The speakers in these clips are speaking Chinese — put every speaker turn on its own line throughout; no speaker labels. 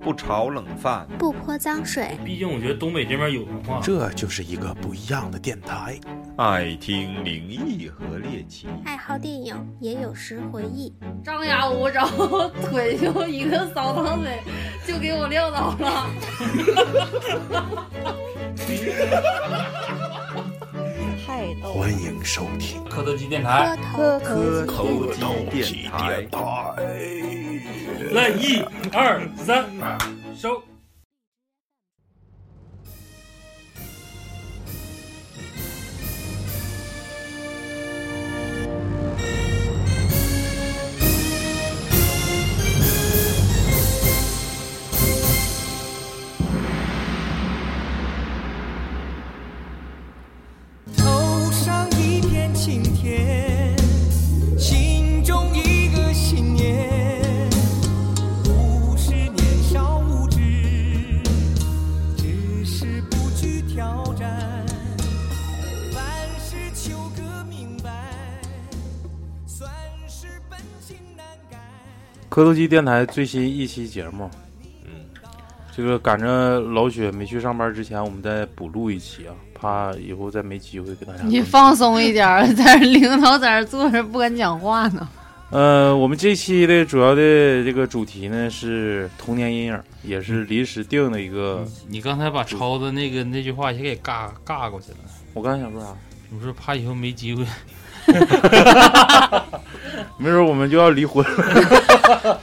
不炒冷饭，
不泼脏水，
毕竟我觉得东北这边有文化。
啊
这就是一个不一样的电台。
爱听灵异和猎奇，
爱好电影，也有时回忆。
张牙舞爪， 腿就一个扫堂腿就给我撂倒了。
太逗了
欢！迎收听
磕头机电
磕
台，
头
磕
头
磕头机电台。
来一二三，
啊
收。
头上一片晴天，心中一个信念。物是年少无知，只是不惧挑战。凡事求个明白，算是本性难改。
磕头机电台最新一期节目，
嗯，
这个赶着老雪没去上班之前，我们再补录一期啊，怕以后再没机会给大家。
你放松一点儿，在这领导在这坐着不敢讲话呢。
呃，我们这期的主要的这个主题呢是童年阴影，也是临时定的一个。
你刚才把超子那个那句话先给尬尬过去了，
我刚才想说啥？
你不是怕以后没机会？
没准我们就要离婚了。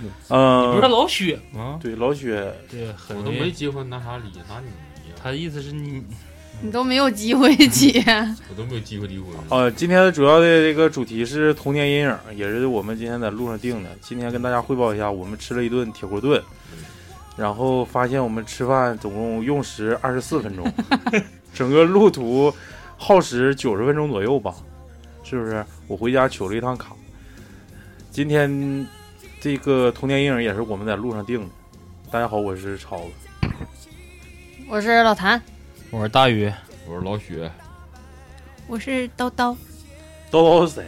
你不是
嗯，
老雪吗？
对，老雪
对，很
我都没结婚，拿啥离？拿你离呀？
他的意思是你
你都没有机会姐，
我都没有机会离婚。
呃，今天的主要的这个主题是童年阴影，也是我们今天在路上定的。今天跟大家汇报一下，我们吃了一顿铁锅炖，然后发现我们吃饭总共用时二十四分钟， 整个路途耗时九十分钟左右吧，是不是？我回家取了一趟卡。今天这个童年阴影也是我们在路上定的。大家好，我是超子。
我是老谭，
我是大宇，
我说老许，
我是叨叨，
叨叨是谁？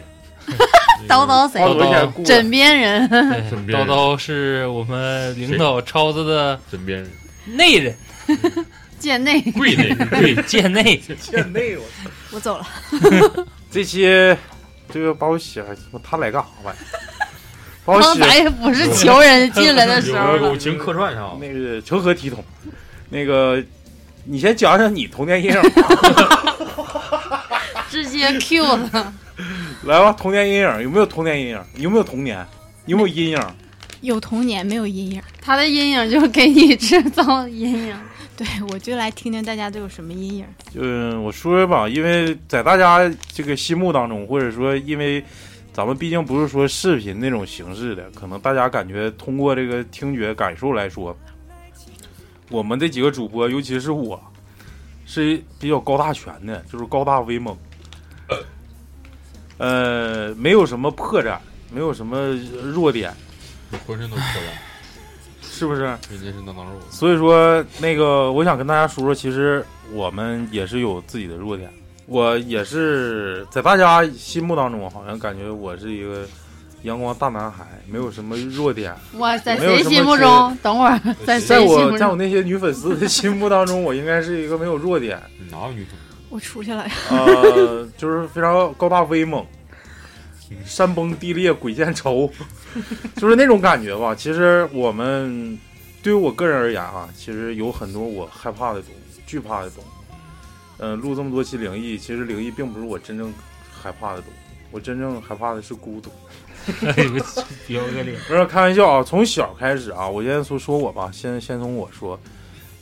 叨叨
好
谁？
久以前
叨
雇的
枕边人，
对
身边
叨
人
叨是我们领导超子的
枕边人
内人，
贱内。
贵内
对，贱内。
贱内容。
我走了。
这些，这个把我写，我他来干啥玩意儿？把我
刚
写
才也不是求人进来的时候
有
了，
友情客串上，
那个成何体统？那个，你先讲讲你童年阴影吧
直接 Q 他。
来吧，童年阴影有没有童年阴影？有没有童年？有没有阴影？
有童年没有阴影？
他的阴影就是给你制造阴影。
对，我就来听听大家都有什么阴影。
就是我说吧，因为在大家这个心目当中，或者说因为咱们毕竟不是说视频那种形式的，可能大家感觉通过这个听觉感受来说，我们这几个主播，尤其是我，是比较高大全的，就是高大威猛，呃，没有什么破绽，没有什么弱点，
我浑身都破了，
是不是？
人家是当当肉。
所以说，那个我想跟大家说说，其实我们也是有自己的弱点。我也是在大家心目当中，好像感觉我是一个阳光大男孩，没有什么弱点。
哇，在
没有
谁
什么
心目中？等会儿，在
在
谁心
我
目
在我
中？
那些女粉丝的心目当中，我应该是一个没有弱点，
你哪有 女朋友？
我出去了，
呃，就是非常高大威猛，山崩地裂鬼见愁， 就是那种感觉吧。其实我们对于我个人而言啊，其实有很多我害怕的东西，惧怕的东西。嗯、录这么多期灵异，其实灵异并不是我真正害怕的东西，我真正害怕的是孤独。
哎呦， 彪个脸！
不是开玩笑啊，从小开始啊，我先说说我吧，先先从我说，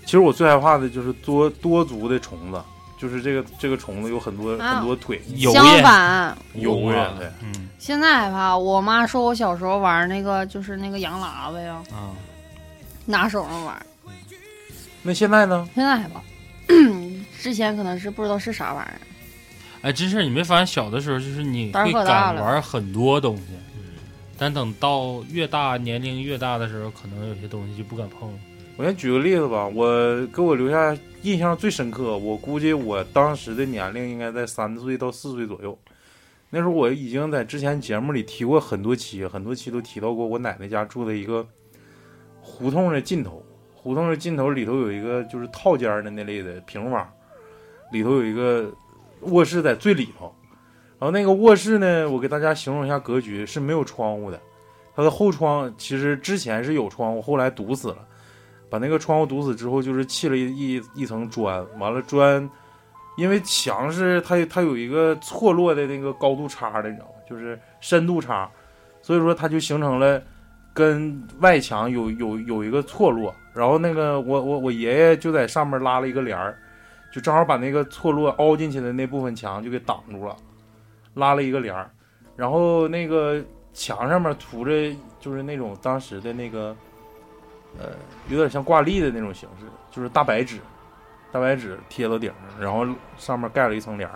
其实我最害怕的就是多多足的虫子，就是这个这个虫子有很多、
啊
很多腿，
油
相
烟，
反，
有啊，对。
嗯
现在害怕。我妈说我小时候玩那个就是那个羊喇叭呀，
啊，
拿手上玩。
那现在呢？
现在害怕， 之前可能是不知道是啥玩意儿。
哎，真是你没发现小的时候就是你
胆儿
会
可大
敢
了
玩很多东西，但等到越大年龄越大的时候，可能有些东西就不敢碰了。
我先举个例子吧，我给我留下印象最深刻，我估计我当时的年龄应该在三岁到四岁左右。那时候我已经在之前节目里提过很多期，很多期都提到过我奶奶家住的一个胡同的尽头，胡同的尽头里头有一个就是套间儿的那类的平房，里头有一个卧室在最里头，然后那个卧室呢，我给大家形容一下格局是没有窗户的，它的后窗其实之前是有窗户，后来堵死了，把那个窗户堵死之后，就是砌了一一一层砖，完了砖，因为墙是它它有一个错落的那个高度差的，你知道吗？就是深度差，所以说它就形成了跟外墙有有有一个错落，然后那个我我我爷爷就在上面拉了一个帘儿，就正好把那个错落凹进去的那部分墙就给挡住了，拉了一个帘儿，然后那个墙上面涂着就是那种当时的那个，呃，有点像挂历的那种形式，就是大白纸，大白纸贴到顶上，然后上面盖了一层帘儿。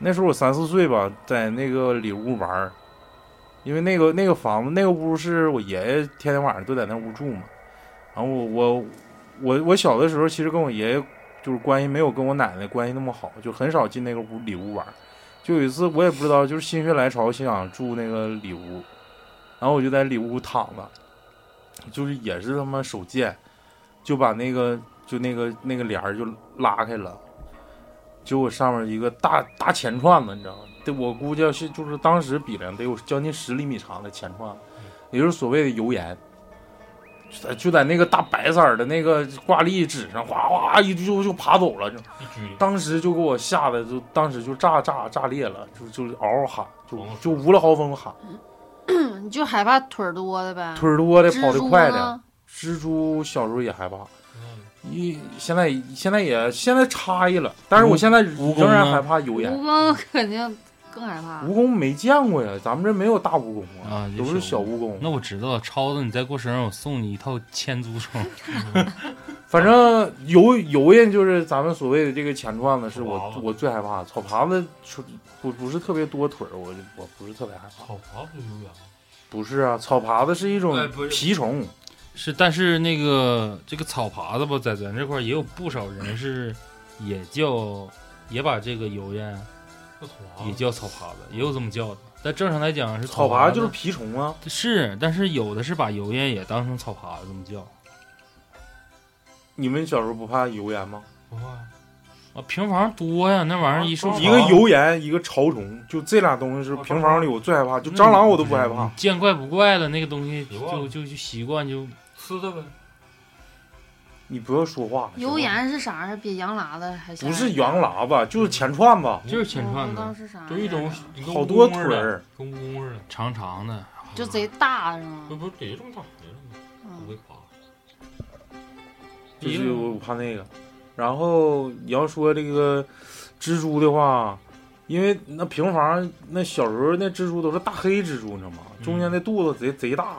那时候我三四岁吧，在那个里屋玩儿，因为那个那个房子那个屋是我爷爷天天晚上都在那屋住嘛。然后我我我我小的时候其实跟我爷爷就是关系没有跟我奶奶关系那么好，就很少进那个屋里屋玩儿。就有一次我也不知道，就是心血来潮想住那个里屋，然后我就在里屋躺着，就是也是他妈手贱，就把那个就那个那个帘儿就拉开了，结果上面一个大大钱串子，你知道吗？得我估计要是就是当时比量得有将近十厘米长的钱串，也就是所谓的油盐。就在就在那个大白色儿的那个挂历纸上，哗哗一就就爬走了，就当时就给我吓得就当时就炸炸炸裂了，就就嗷嗷喊，就就无了豪风喊，
你就害怕腿儿多的呗？
腿儿多的
蜘
跑得
蛛
快的
呢，
蜘蛛小时候也害怕，
嗯
一现在现在也现在诧异了，但是我现在
蜈蚣
仍然
呢
害怕油
蜈
烟。
蚣啊肯定更害怕。
蜈蚣没见过呀，咱们这没有大蜈蚣啊，
啊，
都是小蜈蚣。
那我知道了，超子，你再过生日我送你一套千足虫。
反正油油印就是咱们所谓的这个钱串子，是
草
我
爬子
我最害怕的。草爬子除不不是特别多腿儿，我就我不是特别害怕。
草爬不有氧，
不是啊，草爬子是一种
哎不是
蜱虫，
是，但是那个这个草耙子吧，在咱这块儿也有不少人是也叫也把这个油烟
那草爬
也叫草耙子，也有这么叫的。但正常来讲是
草
耙
爬
子
就是蜱虫啊。
是，但是有的是把油烟也当成草耙子这么叫
你们小时候不怕油盐吗？
不怕呀，
啊。平房多呀，那玩意儿一受
啊
潮哦
一个油盐，一个潮虫，就这俩东西是平房里我最害怕，
嗯
就蟑螂我都不害怕。
啊见怪不怪了，那个东西
习惯
就
了嗯
就就习惯就
呲的呗。
你不要说话。
油盐是啥？是比羊喇子还吓啊人
不是羊喇叭，就是钱串子，
就是浅
我
串
不知道
的，
是啥呀，
就一种
嗯
一
嗯
个
好多
乌
腿
龟儿的，
儿。
跟蜈蚣似的，
长长的。
嗯就贼大是
不
吗？
不也这么大，也这么大，不
嗯
会爬。
嗯
就是我怕那个。然后你要说这个蜘蛛的话，因为那平房那小时候那蜘蛛都是大黑蜘蛛，你知道吗？中
嗯
间那肚子贼贼大，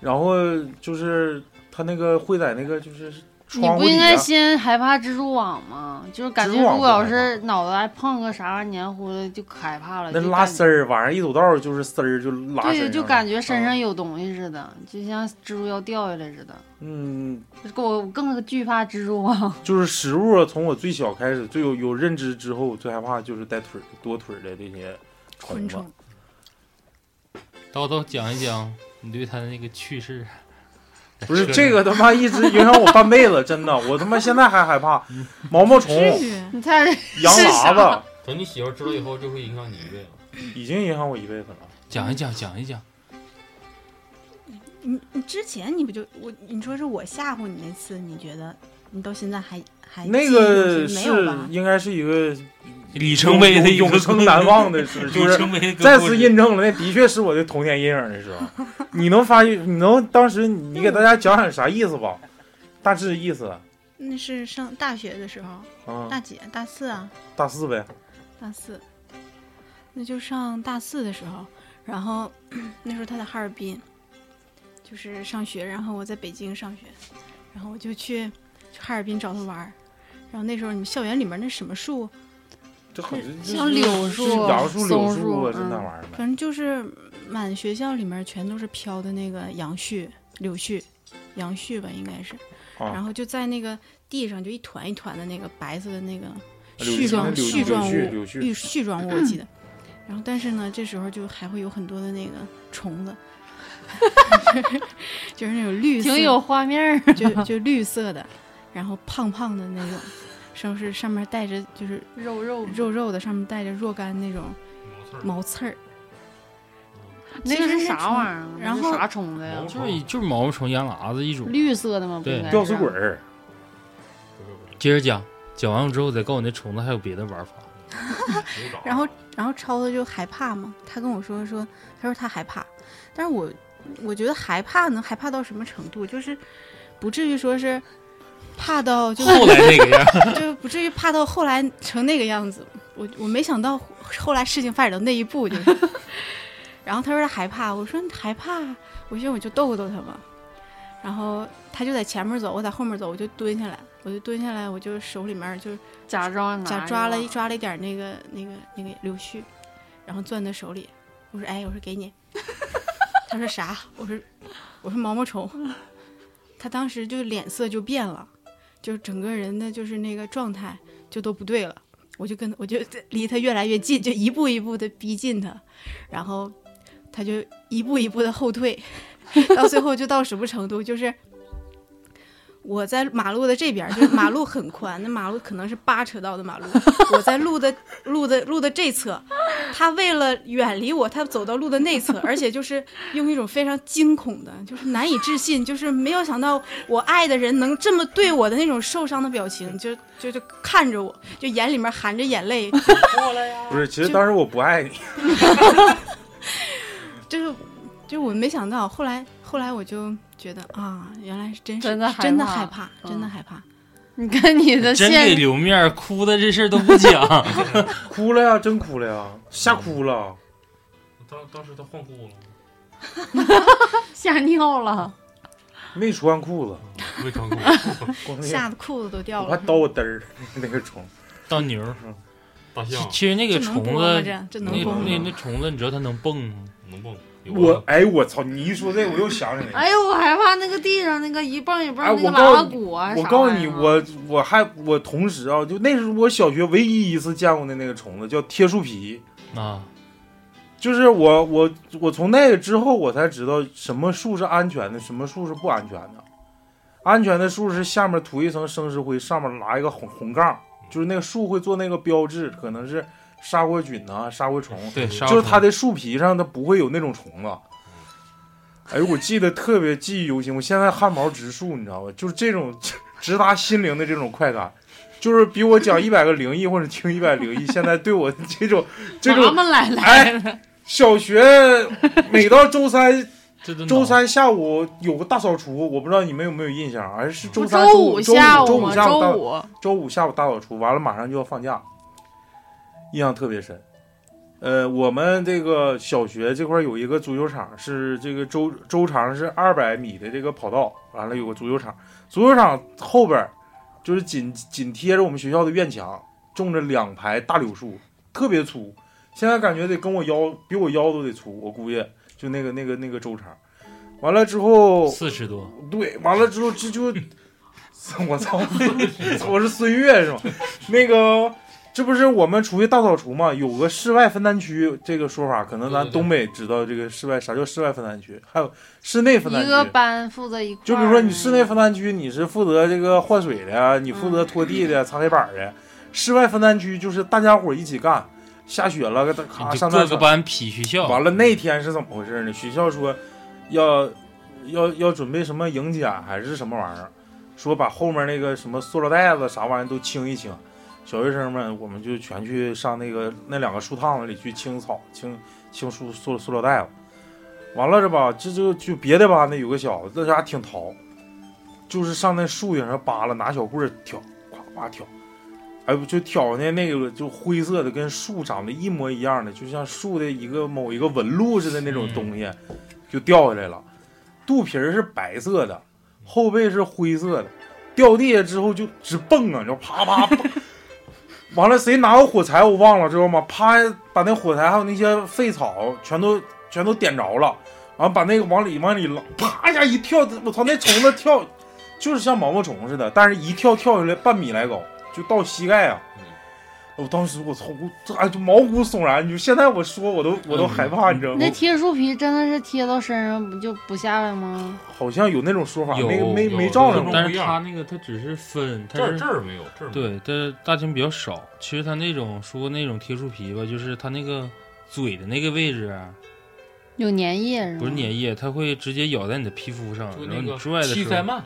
然后就是它那个会在那个就是
你
窗户
不
底
应该
下，
先害怕蜘蛛网吗？就是感觉
蜘蛛网
如果要
不害
是脑袋碰个啥玩意儿黏糊的，就可害怕了。
那
啊就
拉
感觉
丝儿，晚上一走道儿就是丝儿就拉身上
对，
了啊
就感觉身上有东西似的，就像蜘蛛要掉下来似的。
嗯，
给我更惧怕蜘蛛网。
就是食物啊从我最小开始最有有认知之后，最害怕就是带腿儿多腿儿的这些虫
昆
子。
虫。
叨叨讲一讲你对他的那个趣事。
不是这个他妈一直影响我半辈子，真的，我他妈现在还害 怕毛毛虫、
至于
你猜
羊喇
等你媳妇知道以后，就会影响你一辈子。
子，已经影响我一辈子了。
哎
讲一讲，讲一讲，
你，你之前你不就我你说是我吓唬你那次，你觉得你到现在还还
那
记
个
得
是
没有吧？
应该是一个
里程碑的一个
永生难忘的 事，就
里
是
程碑的一个
再
故
次
事
印证了，那的确是我的童年阴影的时 候。你能发现，你能当时你给大家讲讲啥意思 吧？大致意思，
那是上大学的时候，
嗯，
大几大四啊？
大四呗，
大四，那就上大四的时候，然后 那时候他在哈尔滨，就是上学，然后我在北京上学，然后我就去去哈尔滨找他玩儿。然后那时候你们校园里面那什么树，
这很
像柳树
是杨树、柳
松
树
树
啊，是那
嗯
玩意儿呗。
反正就是满学校里面全都是飘的那个杨絮、柳絮、杨絮吧，应该是。
啊
然后就在那个地上就一团一团的那个白色的那个
柳
嗯絮状
柳
絮状
柳絮
物，
柳絮
絮絮状物，我记得。然后但是呢，这时候就还会有很多的那个虫子， 就是那种绿色，
挺有画面儿。
就就绿色的，然后胖胖的那种，上是上面带着就是
肉肉
肉肉的，上面带着若干那种毛刺儿。
那
就是
啥玩意儿啊？
然
那
后
是啥虫子呀？
就是就是毛毛虫、烟喇子一种。
绿色的吗？不
对
应该是
吊死鬼儿，
接着讲，讲完了之后再告诉我那虫子还有别的 玩法。
然后然后超子就害怕嘛，他跟我说说，他说他害怕，但是我我觉得害怕能害怕到什么程度？就是不至于说是怕 到就是
后来那个 样，
就不至于怕到后来成那个样子。我我没想到后来事情发展到那一步，就是。 然后他说他害怕，我说你害怕，我寻思我就逗逗他嘛。然后他就在前面走，我在后面走，我就蹲下来，我就蹲下来，我就手里面就是
假装拿
假抓了一
着
抓了一点那个那个那个柳絮，然后攥在手里。我说哎，我说给你。 他说啥？我说我说毛毛虫。他当时就脸色就变了，就整个人的就是那个状态就都不对了。我就跟我就离他越来越近，就一步一步的逼近他，然后他就一步一步的后退， 到最后就到什么程度？就是我在马路的这边儿，就是马路很宽，那马路可能是八车道的马路，我在路的路的路的这侧，他为了远离我，他走到路的那侧，而且就是用一种非常惊恐的，就是难以置信，就是没有想到我爱的人能这么对我的那种受伤的表情，就就就看着我，就眼里面含着眼泪，
不是，其实当时我不爱你，
就是就是我没想到，后来后来我就觉得啊，原来是真是
真的
真的
害怕
害怕，
嗯
真的害怕。
你看你的
真给
现
留面儿，哭的这事儿都不 讲。
哭了呀，真哭了呀，吓哭了。
当当时他换裤子了，
吓尿了，
没穿裤子，
没穿裤子，
光那个
吓得裤子都掉
嗯我还
了。
叨我嘚儿那个虫，
当牛儿，
大
其
象
其实那个
这能
虫
播吗？
子，
这这
那
能播
个那
吗？
那虫子，你知道它能蹦吗？
能蹦。有
我
啊
哎我操！你一说这，我又想起来了。
哎呦，我害怕那个地上那个一蹦一蹦
哎
那个
我告
拉
诉
拉鼓啊！
我
啥
告诉
玩
你，
意儿啊
我我还我同时啊，就那是我小学唯一一次见过的那个虫子，叫贴树皮。
啊，
就是我我我从那个之后，我才知道什么树是安全的，什么树是不安全的。安全的树是下面涂一层生石灰，上面拉一个红红杠，就是那个树会做那个标志，可能是砂锅菌呐、砂锅
哦
虫，
对，杀
就是它
虫
的树皮上它不会有那种虫子。哎，我记得特别记忆犹新，我现在汗毛直竖，你知道吧？就是这种 直达心灵的这种快感，就是比我讲一百个灵异或者听一百零一，现在对我这 种这
咱
种
们来来
哎，小学每到周三
这都
周
脑
三下午有个大扫除，我不知道你们有没有印象，而是周
不
三、
周
五、周
下
周
午
五
吗？
下午大
周五
周五下午大扫除，完了马上就要放假，印象特别深。呃，我们这个小学这块儿有一个足球场，是这个周周长是二百米的这个跑道，完了有个足球场，足球场后边儿就是紧紧贴着我们学校的院墙，种着两排大柳树，特别粗，现在感觉得跟我腰比我腰都得粗，我估计就那个那个那个周长。完了之后，
四十多，
对，完了之后这就，我操，我是孙悦是吗？那个，这不是我们出去大扫除嘛？有个室外分担区这个说法，可能咱
对对对
东北知道这个室外啥叫室外分担区，还有室内分担
一个
区。
班负责一块儿，
就比如说你室内分担区，你是负责这个换水的呀，你
嗯
负责拖地的呀、擦黑板的；室外分担区就是大家伙一起干，下雪了，咔
你
上
就
大
各
扫
个班匹学校。
完了那天是怎么回事呢？学校说要要要准备什么迎奖还是什么玩意儿，说把后面那个什么塑料袋子啥玩意儿都清一清。小学生们，我们就全去上那个那两个树趟子里去清草、清清塑塑塑料袋子。完了这吧，这就就别的班的有个小子，那家挺淘，就是上那树顶上扒拉，拿小棍儿挑，咵咵挑，哎不就挑那那个就灰色的，跟树长得一模一样的，就像树的一个某一个纹路似的那种东西，就掉下来了。肚皮儿是白色的，后背是灰色的，掉地下之后就直蹦啊，就啪啪蹦。完了，谁拿个火柴我忘了，知道吗？啪，把那火柴还有那些废草全都全都点着了，然后把那个往里往里拉，啪一下一跳，我操，那虫子跳就是像毛毛虫似的，但是一跳跳下来半米来高，就到膝盖啊
嗯。
我当时我操，我这哎就毛骨悚然。你就现在我说我都
嗯
我都害怕，你知道吗
那？贴树皮真的是贴到身上不就不下来吗？
好像啊有那种说法，
有
没没
有
没照着
有
吗？
但是它那个它只是分，它
这儿
是
这儿没有，这儿没有
对，但是大清比较少。其实它那种说那种贴树皮吧，就是它那个嘴的那个位置啊，
有粘液是吗？
不是粘液，它会直接咬在你的皮肤上，
就
然后
那
你
个
拽的
七
时
塞
候
曼，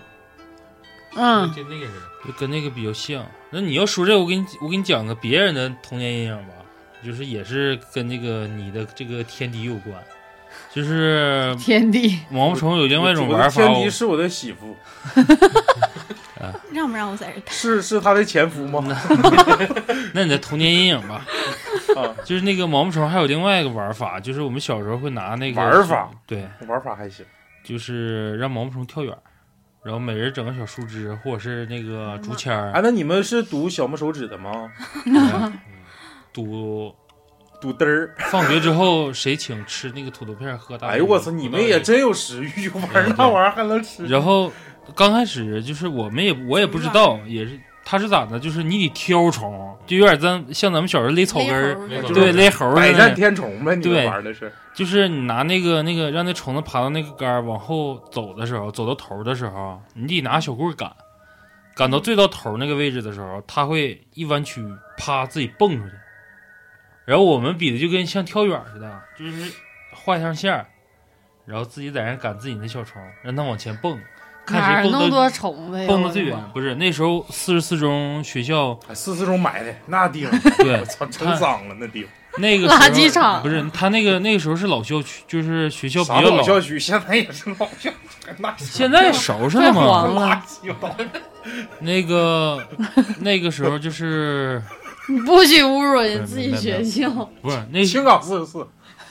嗯，
就那个人，
就跟那个比较像。那你要说这，我给你我给你讲个别人的童年阴影吧，就是也是跟那个你的这个天敌有关， 就是
天敌，
毛毛虫有另外一种玩法。
我
我
的天敌是我的媳妇，
让不让我在这儿待？
是是他的 前夫吗？
那你的童年阴影吧，
啊，
就是那个毛毛虫还有另外一个玩法，就是我们小时候会拿那个
玩法，
对，
玩法还行，
就是让毛毛虫跳远儿，然后每人整个小树枝或者是那个竹签
哎
儿，，
那你们是读小拇手指的吗？
堵。
读嘚儿，
放学之后谁请吃那个土豆片儿喝大米？
哎呦我操，你们也真有食欲，玩那玩意儿还能吃？
然后刚开始就是我们也我也不知道，也是他是咋的，就是你得挑虫，就有点咱像咱们小时候勒草根儿，
勒
那
猴
个
儿
对，勒猴儿
百
似
战
的，
天虫呗，你们
对
玩的是
就是你拿那个那个让那虫子爬到那个杆儿往后走的时候，走到头儿的时候，你得拿小棍儿赶，赶
嗯
到最到头儿那个位置的时候，它会一弯曲，啪自己蹦出去。然后我们比的就跟像跳远似的，就是画一条线儿，然后自己在那赶自己那小虫，让它往前蹦，
哪
看
儿
谁
弄
蹦
多
得
虫子呀？
蹦得
我的
最远
妈。
不是那时候四十四中学校
哎四四中买的那地方，
对
我操，成脏了那地方。
那个
垃
时候
圾场
不是他那个那个时候是老校区，就是学校比
啥
较
老
老，
校区，现在也是老校区，那
现在收拾
太
了吗？
黄
垃
了！
圾吧。
那个那个时候就是
你不许侮辱人家自己 学校。
不是那
青港四十四，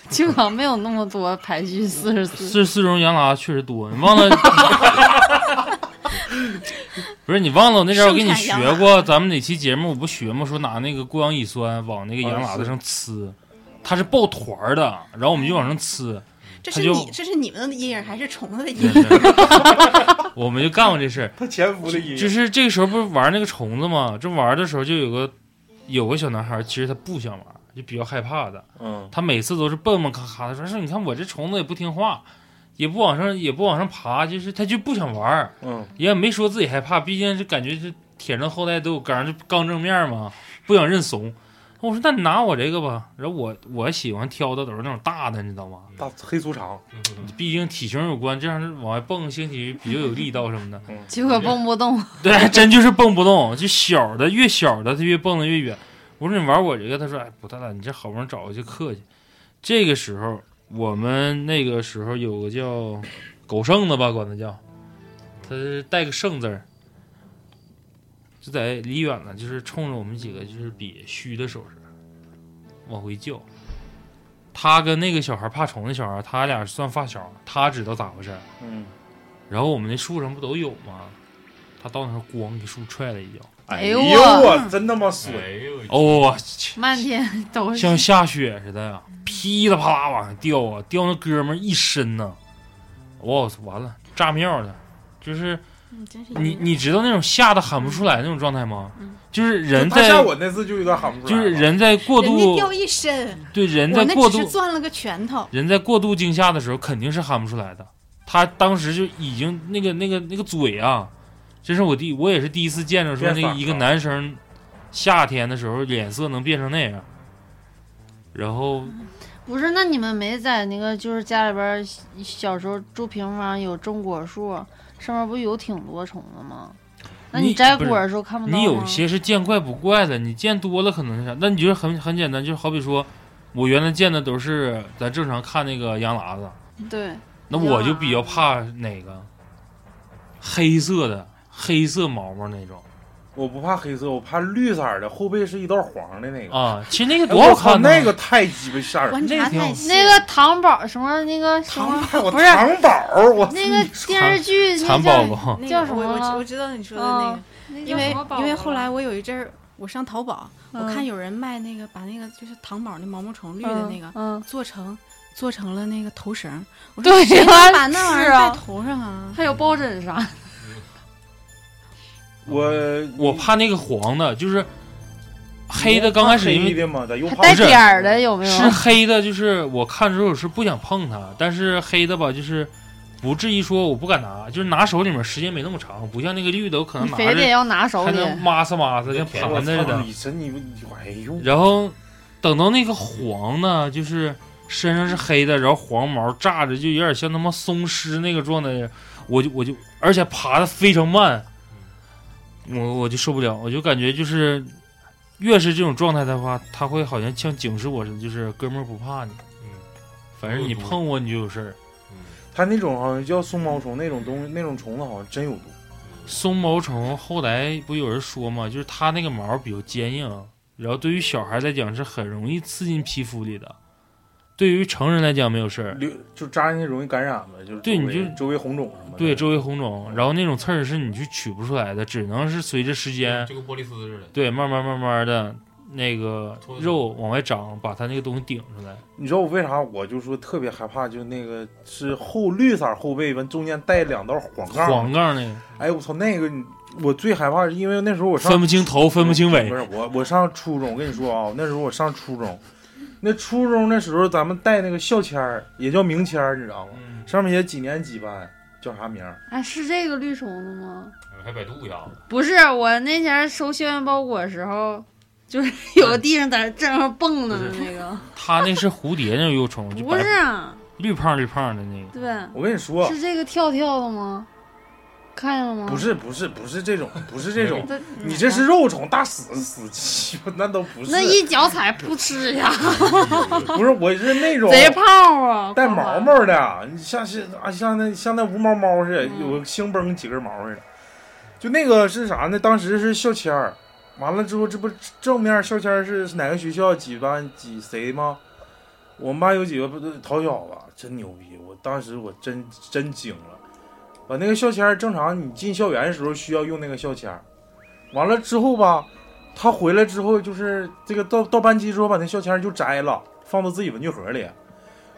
青岛没有那么多排
嗯
序四十四，
四四中洋拉确实多，你忘了？不是你忘了我那阵儿我给你学过，咱们哪期节目我不学吗？说拿那个过氧乙酸往那个羊喇子上呲，它是抱团儿的，然后我们就往上呲，
这
他
是
就
你这是你们的阴影还是虫子的阴
对
影？
对我们就干过这事儿。
他前夫的音
就。是这个时候不是玩那个虫子吗？这玩的时候就有个有个小男孩儿，其实他不想玩，就比较害怕的。
嗯，
他每次都是蹦蹦咔咔的说：“说你看我这虫子也不听话，也不往上也不往上爬，就是他就不想玩儿，
嗯，
也没说自己害怕，毕竟是感觉是铁上后代都有刚，就刚正面嘛，不想认怂。”我说：“那你拿我这个吧。”然后我我喜欢挑的都是那种大的，你知道吗？
大黑粗长，
毕竟体型有关，这样往外蹦兴许比较有力道什么的。
结果蹦不动。
对， 还真就是蹦不动，就小的越小的它越蹦得越远。我说你玩我这个，他说哎不大大，你这好不容易找个去客气。这个时候我们那个时候有个叫狗剩的吧，管他叫，他带个剩字儿，就在离远了，就是冲着我们几个就是比虚的手势往回叫。他跟那个小孩怕虫的小孩，他俩算发小，他知道咋回事儿。
嗯，
然后我们那树上不都有吗？他到那儿咣给树踹了一脚，
哎
呦
呦
我真他妈损，
哎呦，
哦，切
漫天都是
像下雪似的呀，噼里啪啦往上掉啊，掉那哥们儿一身呐，我操，完了，炸庙了，就是
嗯嗯真是
你
阴影
你知道那种吓得喊不出来那种状态吗？就是人
他
在
吓我那次就有点喊不出
就
来了
是人在过
人家
度
掉一身，
对人
我
在
那
过
只
度
是攥了个拳头，
人在过度惊吓的时候肯定是喊不出来的。他当时就已经那个那个那个嘴啊，这是我第我也是第一次见着说
变
那
色
个
了
一个男生夏天的时候脸色能变成那样。然后
不是？那你们没在那个就是家里边儿小时候住平房有种果树，上面不有挺多虫子吗？那
你
摘
不是
果的时候看不到吗？
你有些是见怪不怪的，你见多了可能是啥？那你就是很很简单，就是好比说，我原来见的都是咱正常看那个羊喇子，
对，
那我就比较怕哪个黑色的黑色毛毛那种
我不怕黑色，我怕绿色儿的，后背是一道黄的那个。
啊。其实那个
哎
多好
我靠
看呢，
那个太鸡巴吓人了！
观察
那个挺
太
好
细
那个糖宝什么那个什
糖
么
宝，
不是
糖宝儿，我
那个电视剧那
蚕
叫
宝宝。
那个
叫什么
我
了
我我知道你说的那个，
那叫
因为
什么宝
因
宝
为
了
后来我有一阵儿我上淘宝，我
嗯
看有人卖那个把那个就是糖宝那毛毛虫绿的那个
嗯，
做成做成了那个头绳，我说
对
谁能
呀
把那玩意
是
儿
啊
戴头上啊？
还有抱枕啥，
我
我怕那个黄的，就是黑的刚开始因为
嗯
黑的嘛，咱用
还
怕
带
不是
点儿的有没有？
是黑的，就是我看之后是不想碰它，但是黑的吧，就是不至于说我不敢拿，就是拿手里面时间没那么长，不像那个绿的，我可能
你
拿
非得
着
要拿手
还
里，
能抹擦抹擦，像盘
我
子似
操
的。
你真你你哎呦，
然后等到那个黄呢，就是身上是黑的，然后黄毛炸着，就有点像他妈松狮那个状态。我就我就，而且爬的非常慢，我我就受不了，我就感觉就是越是这种状态的话，他会好像像警示我似的，就是哥们儿不怕你，
嗯，
反正你碰我你就有事儿。
它那种好像叫松毛虫那种东西，那种虫子好像真有毒。
松毛虫后来不有人说嘛，就是它那个毛比较坚硬，然后对于小孩来讲是很容易刺进皮肤里的，对于成人来讲没有事儿。
流就扎进去容易感染呗，就是
对
周
你
围
就
周围红肿什么的。
对，周围红肿，然后那种刺儿是你去取不出来的，只能是随着时间，
就跟玻璃丝似的。
对，慢慢慢慢的那个
脱臼
肉往外长，把它那个东西顶出来。
你知道我为啥我就说特别害怕，就是那个是后绿色后背完中间带两道黄杠。
黄杠那个
哎我操，那个你我最害怕，是因为那时候我上
分不清头，分不清尾
不，是我，我上初中，我跟你说啊，那时候我上初中，那初中那时候咱们带那个校签儿，也叫名签儿，你知道吗？
嗯
上面写几年几班，叫啥名儿？
哎，是这个绿虫子吗？
还百度一下子，
不是，我那前儿收校园包裹的时候，就是
嗯
有个地上在正上蹦呢
不是
那个，
它那是蝴蝶那种幼虫，就
不
白
是啊，
绿胖绿胖的那个。
对，
我跟你说，
是这个跳跳的吗？看见了吗？
不，是不是不是这种，不是这 种，
这嗯
你这是肉虫，大死死鸡巴，那都不是，
那一脚踩扑哧一下，
不是，我是那种
贼胖啊，
带毛毛的，你像是啊像那像那无毛猫似的，
嗯
有个星崩几根毛似的，就那个是啥呢？当时是校签儿，完了之后这不正面校签儿是哪个学校几班几谁吗？我们班有几个不是淘小子，真牛逼！我当时我真真惊了，把那个校签儿正常你进校园的时候需要用那个校签儿，完了之后吧，他回来之后就是这个到到班级之后把那校签儿就摘了，放到自己文具盒里。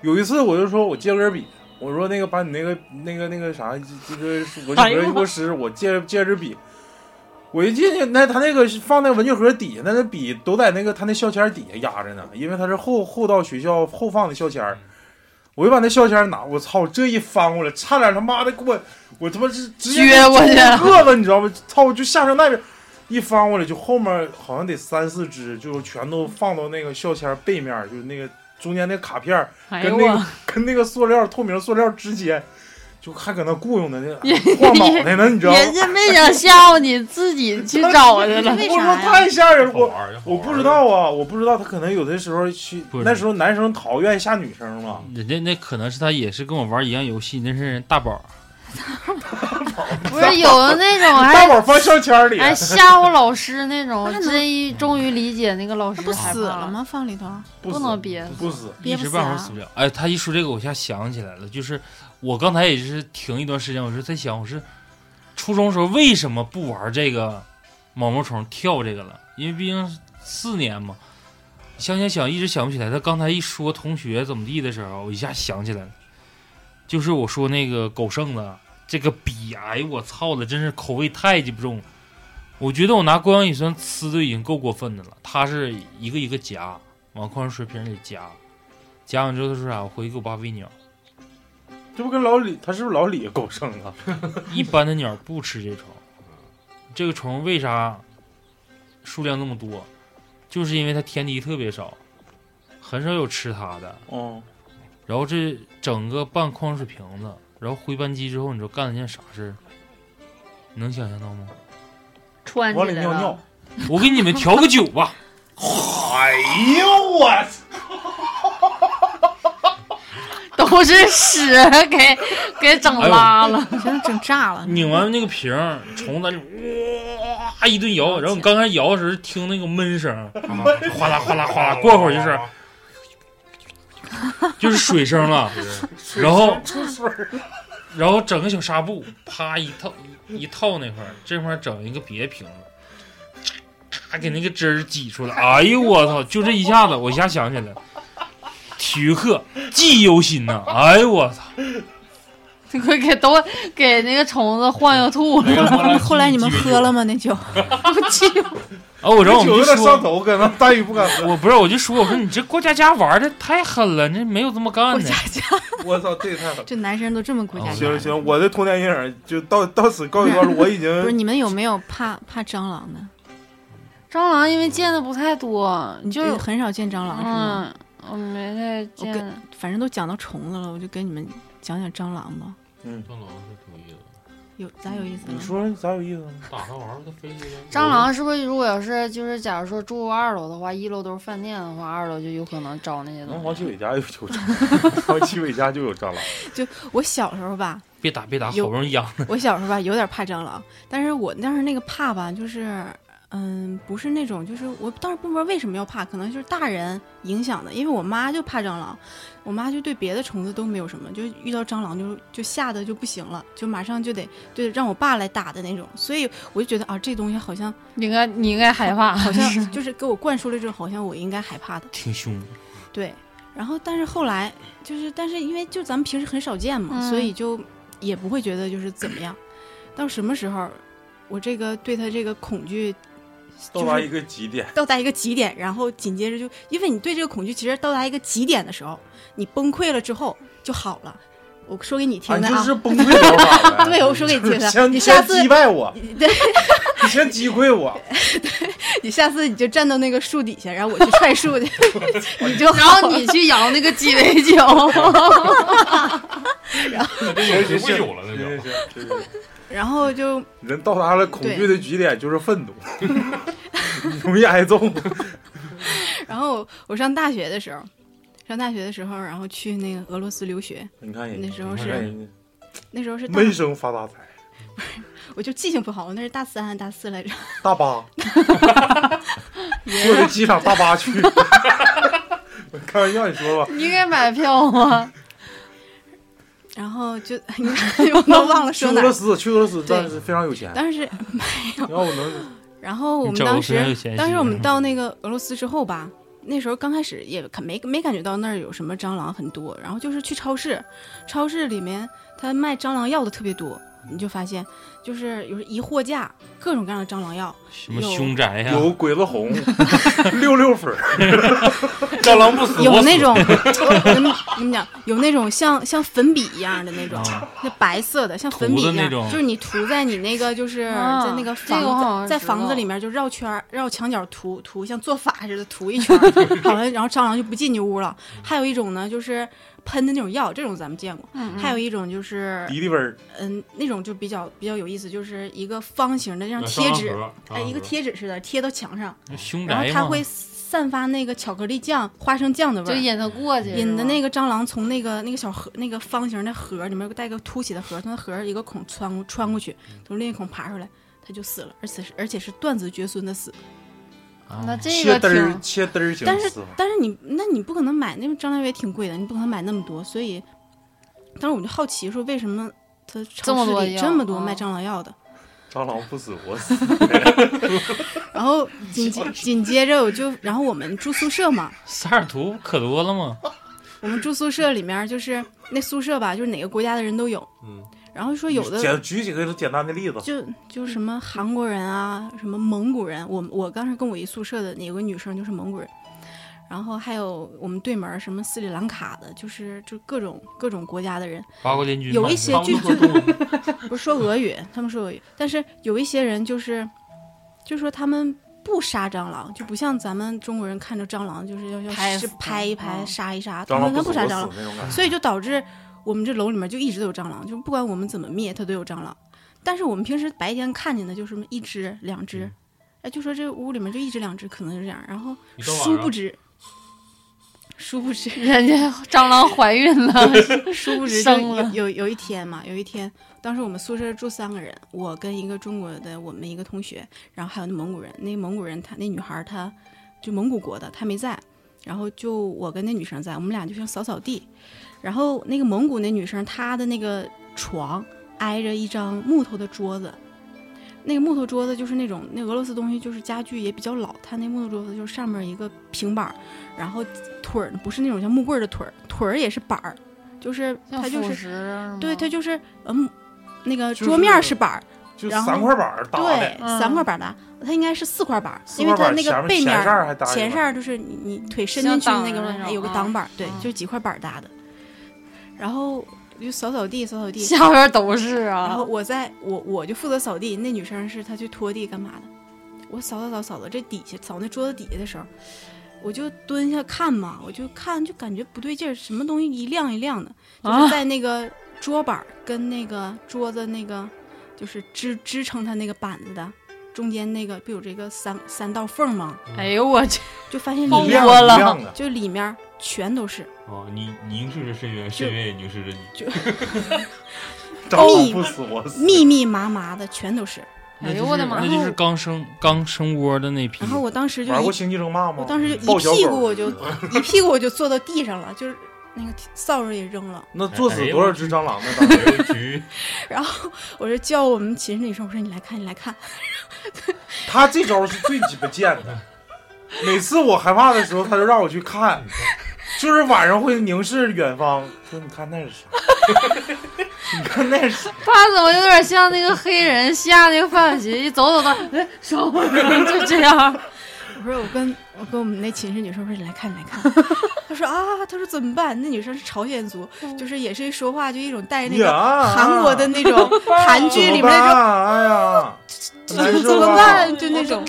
有一次我就说我借根笔，我说那个把你那个那个那个啥这个文具
哎呦
盒给我使，我借借支笔。我一进去，那他那个放在文具盒底下，那那笔都在那个他那校签儿底下压着呢，因为他是后后到学校后放的校签
嗯
儿。我就把那校签儿拿，我操，这一翻过来，差点他妈的给我，我他妈是直接
撅过去
了，个子你知道吗？操，我就下身那边一翻过来，就后面好像得三四只，就全都放到那个校签儿背面儿，就是那个中间那卡片儿
哎
跟
呦
那个、
我，
跟那个塑料透明塑料之间，就还搁那雇佣 呢，那晃脑袋呢，你知道吗？
人家没想吓唬你，自己去找去 了。
我说太吓人了，
好
我
玩儿，
我不知道啊，我不知道他可能有的时候去
不，是
那时候男生讨愿意吓女生嘛，
人家那可能是他也是跟我玩一样游戏，那是人大宝，
不是有的那种
大
还
宝放校签里，
还吓唬哎老师那种，
那能
真一终于理解那个老师
那不
害
死
怕
了？吗？放里头，
不
不
死
能憋
不死，
憋
啊一
不
时
死
半会儿
啊！
死不了。哎，他一说这个，我一下想起来了，就是我刚才也是停一段时间，我是在想，我是初中时候为什么不玩这个毛毛虫跳这个了？因为毕竟四年嘛，想想想，一直想不起来。他刚才一说同学怎么地的时候，我一下想起来了，就是我说那个狗剩子这个笔，哎呦我操的，真是口味太鸡巴重了。我觉得我拿过氧乙酸呲的已经够过分的了，他是一个一个夹，往矿泉水瓶里夹，夹完之后他说啥？啊我回去给我爸喂鸟。
这不跟老李他是不是老李狗剩啊？
一般的鸟不吃这虫，这个虫为啥数量那么多？就是因为它天敌特别少，很少有吃它的。
嗯，
然后这整个半矿泉水瓶子，然后回班级之后，你知道干了件啥事儿？你能想象到吗？
穿起
往里
来
尿尿
了，，
我给你们调个酒吧，
哎呦我操！
都是屎给给整拉了。
你像整 炸了，
拧完那个瓶儿，虫子哇一顿摇，然后你刚才摇的时候听那个闷声，哗啦哗啦哗啦，过会儿就是
啊
就是水声了，然后
出水儿，
然后整个小纱布，啪一套一一套那块儿，这块儿整一个别瓶子，咔给那个汁儿挤出来。哎呦我操！就这一下子，我一下想起来了，体育课记忆犹新呐。哎呦我操！
快给都给那个虫子晃悠吐了，
后来你们喝了吗？那酒，
我去，
啊，我然后我
酒
们
有
就
点上
说，
头，可能大宇不敢 喝。
我不是，我就说，我说你这过家家玩的太狠了，这没有这么干
过
的
家。家，
我操，这也太狠了。
这男生都这么过家
哦
行
家。
了行了，我的童年阴影就到到此告一段落。我已
不是
经
你们有没有怕怕蟑螂的？
蟑螂因为见的不太多，
你
就
就很少见蟑螂是吗？
嗯，我没太
我跟
见。
反正都讲到虫子了，我就跟你们讲讲蟑螂吧。
蟑螂是什么意思？
有咋有意思
嗯你
吗？
说咋有意思呢？
打它玩儿，它飞起来。
蟑螂是不是如果要是就是假如说住二楼的话，一楼都是饭店的话，二楼就有可能招那些
能
东
黄
西。
奇伟家有蟑螂，黄奇伟家就有蟑螂。
我小时候吧，
别打别打，好
有
不容易养的。
我小时候吧有点怕蟑螂，但是我但是那个怕吧，就是嗯，不是那种，就是我当时不知道为什么要怕，可能就是大人影响的，因为我妈就怕蟑螂，我妈就对别的虫子都没有什么，就遇到蟑螂就就吓得就不行了，就马上就得对让我爸来打的那种，所以我就觉得啊，这东西好像
你应该你应该害 怕，
好像就是给我灌输了这种好像我应该害怕的，
挺凶，
对，然后但是后来就是，但是因为就咱们平时很少见嘛，
嗯
所以就也不会觉得就是怎么样。到什么时候，我这个对他这个恐惧
到达一个极点，
到达一个极点，然后紧接着就因为你对这个恐惧其实到达一个极点的时候，你崩溃了之后就好了。我说给你听
啊，
的
就
啊，
是崩溃疗 法呗。
对我说给你
就是
听的
先
你下
先
次
击败我，
对
你先击溃 我，
你下次你就站到那个树底下，然后我去踹 树去，你就
然
好
后 你去摇那个鸡尾酒，
那这
行
有
行
有
行
有了那
行
就。
行行行
然后就
人到达了恐惧的极点就是愤怒， 容易挨揍。
然后我我上大学的时候，上大学的时候，然后去那个俄罗斯留学，
你看人
那
家，
时候
你看
是
人
那时候是
家
大
闷声发大财，
我就记性不好，我那是大三还是大四来着？
大巴坐着机场大巴去。 我开玩笑，你说吧，
你应该买票啊。
然后就 你 看，我都忘了
去
说
俄
哪
罗
儿。
斯，去俄罗斯，
对
但是非常有钱。
当时，
要我能，
然后我
你
们
找个
当
非常有
时，
钱
当时
媳妇
我
儿
们到那个俄罗斯之后吧，那时候刚开始也看没没感觉到那儿有什么蟑螂很多，然后就是去超市，超市里面他卖蟑螂药的特别多，你就发现就是有一货架各种各样的蟑螂药，
什么凶宅呀、
有鬼子 红，六六粉儿，
蟑螂不死，
有
我死
那种，我跟你跟你讲，有那种像像粉笔一样的那种，
啊
那白色的像粉笔
涂的
一
那
样，
种
就是你涂在你那个就是
啊
在那个
这个我好
房
像
子在
知道
房子里面就绕圈儿绕墙角涂涂，像做法似的涂一圈儿，好了，然后蟑螂就不进你屋了。还有一种呢，就是喷的那种药，这种咱们见过。
嗯
还有一种就是，
迪丽温儿，
嗯，那种就比较比较有意思，就是一个方形的，像
那蟑
贴
螂
纸，
盒
哎，一个，贴纸似的贴到墙上，
那凶
然
宅嘛，
后它会散发那个巧克力酱、花生酱的味
嗯就
儿。
引他过去，
引的那
个
个蟑螂从那个那个小盒那个方形的盒里面带个凸起的盒，从那盒儿一个孔穿过穿过去，从另一孔爬出来，它就死了，而且是而且是断子绝孙的死。
啊
嗯
那这
切
个
嘚儿
挺
切嘚儿型
但是
死法。
但是你那你不可能买，那个蟑螂药也挺贵的，你不可能买那么多，所以当时我就好奇说为什么它
这
超
么
市
多
里
药
这么多
啊
卖蟑螂药的。
蟑螂不死我死，
然后 紧接紧接着我就然后我们住宿舍嘛，
萨尔图可多了嘛，
我们住宿舍里面就是那宿舍吧，就是哪个国家的人都有，
嗯，
然后说有的
简举几个简单的例子，
就就什么韩国人啊，什么蒙古人，我我当时跟我一宿舍的有个女生就是蒙古人，然后还有我们对门儿什么斯里兰卡的，就是就各种各种国家的人，
八国联军嘛
有一些
他们
就
都会动物
不是说俄语，他们说俄语，但是有一些人就是就说他们。不杀蟑螂，就不像咱们中国人看着蟑螂就是要要
拍
是
死
拍一拍、
嗯
杀一杀，
蟑
他
螂
们他
不
不
死
杀
我
蟑
死
螂，
那种感觉。
所以就导致我们这楼里面就一直都有蟑螂，就不管我们怎么灭，它都有蟑螂。但是我们平时白天看见的就是什么一只、两只，哎，就说这屋里面就一只、两只，可能就这样。然后
一到晚
殊
上
不知，殊不知，
人家蟑螂怀孕了，
殊不知就
生了
有有有一天嘛，有一天，当时我们宿舍住三个人，我跟一个中国的我们一个同学，然后还有那蒙古人，那蒙古人她那女孩儿她就蒙古国的，她没在，然后就我跟那女生在，我们俩就想扫扫地，然后那个蒙古那女生她的那个床挨着一张木头的桌子。那个木头桌子就是那种，那俄罗斯东西就是家具也比较老，它那木头桌子就是上面一个平板儿，然后腿儿不是那种像木棍儿的腿儿，腿儿也是板儿，就是
像
它就
腐
是
蚀吗
对，它就是嗯，那个
就是
桌面是板儿，
就
然后
三块板儿搭的，
对，
嗯
三块板儿的，它应该是四块板儿，
四
因为
块板
它
儿
那
前
个
面
背
前
面
扇儿还搭一
前
个
扇儿就是你你腿伸
像
进去
挡
那
着
个
那
还有个
种
挡板儿
啊，
对
啊，
就是几块板儿搭的。然后我就扫扫地，扫扫地，
下边都是
然
啊
后，我在我我就负责扫地，那女生是她去拖地干嘛的。我扫扫扫扫到这底下，扫那桌子底下的时候，我就蹲下看嘛，我就看就感觉不对劲儿，什么东西一亮一亮的，就是
啊
在那个桌板儿跟那个桌子那个就是支支撑它那个板子的中间那个不有这个三三道缝儿吗？
哎呦哦我去，
就发现
疯
里
一亮
面
多了
一亮的，
就里面全都是
啊，你凝视着深渊，深渊也凝视着你。
招
密
不死我死。
密密麻麻的，全都是。
那
啊
哎呦
就是
我的妈
那就是刚生刚生窝的那批
然。后我当时就
玩
一
过星际争霸吗？
我当时就
嗯抱
一
小
屁
狗
股我就一屁股我就坐到地上了，就是那个扫帚也扔了。
那作
哎
死多少只蟑螂呢？当时
我有局，
然后我就叫我们寝室女生，我说你来看，你来看。
他这招是最鸡巴贱的。每次我害怕的时候，他就让我去看，就是晚上会凝视远方，说你看那是啥？ 你看那是啥？
他怎么有点像那个黑人下那个范玮琪，一走走到哎手 就这样，
我说我跟我跟我们那寝室女生我说你来看，你来看。她说啊，她说怎么办？那女生是朝鲜族，就是也是一说话就一种带那个
呀
韩国的那种韩剧里面
怎么办哎呀，
那种。
难受啊
怎么办？ 就那种，
啊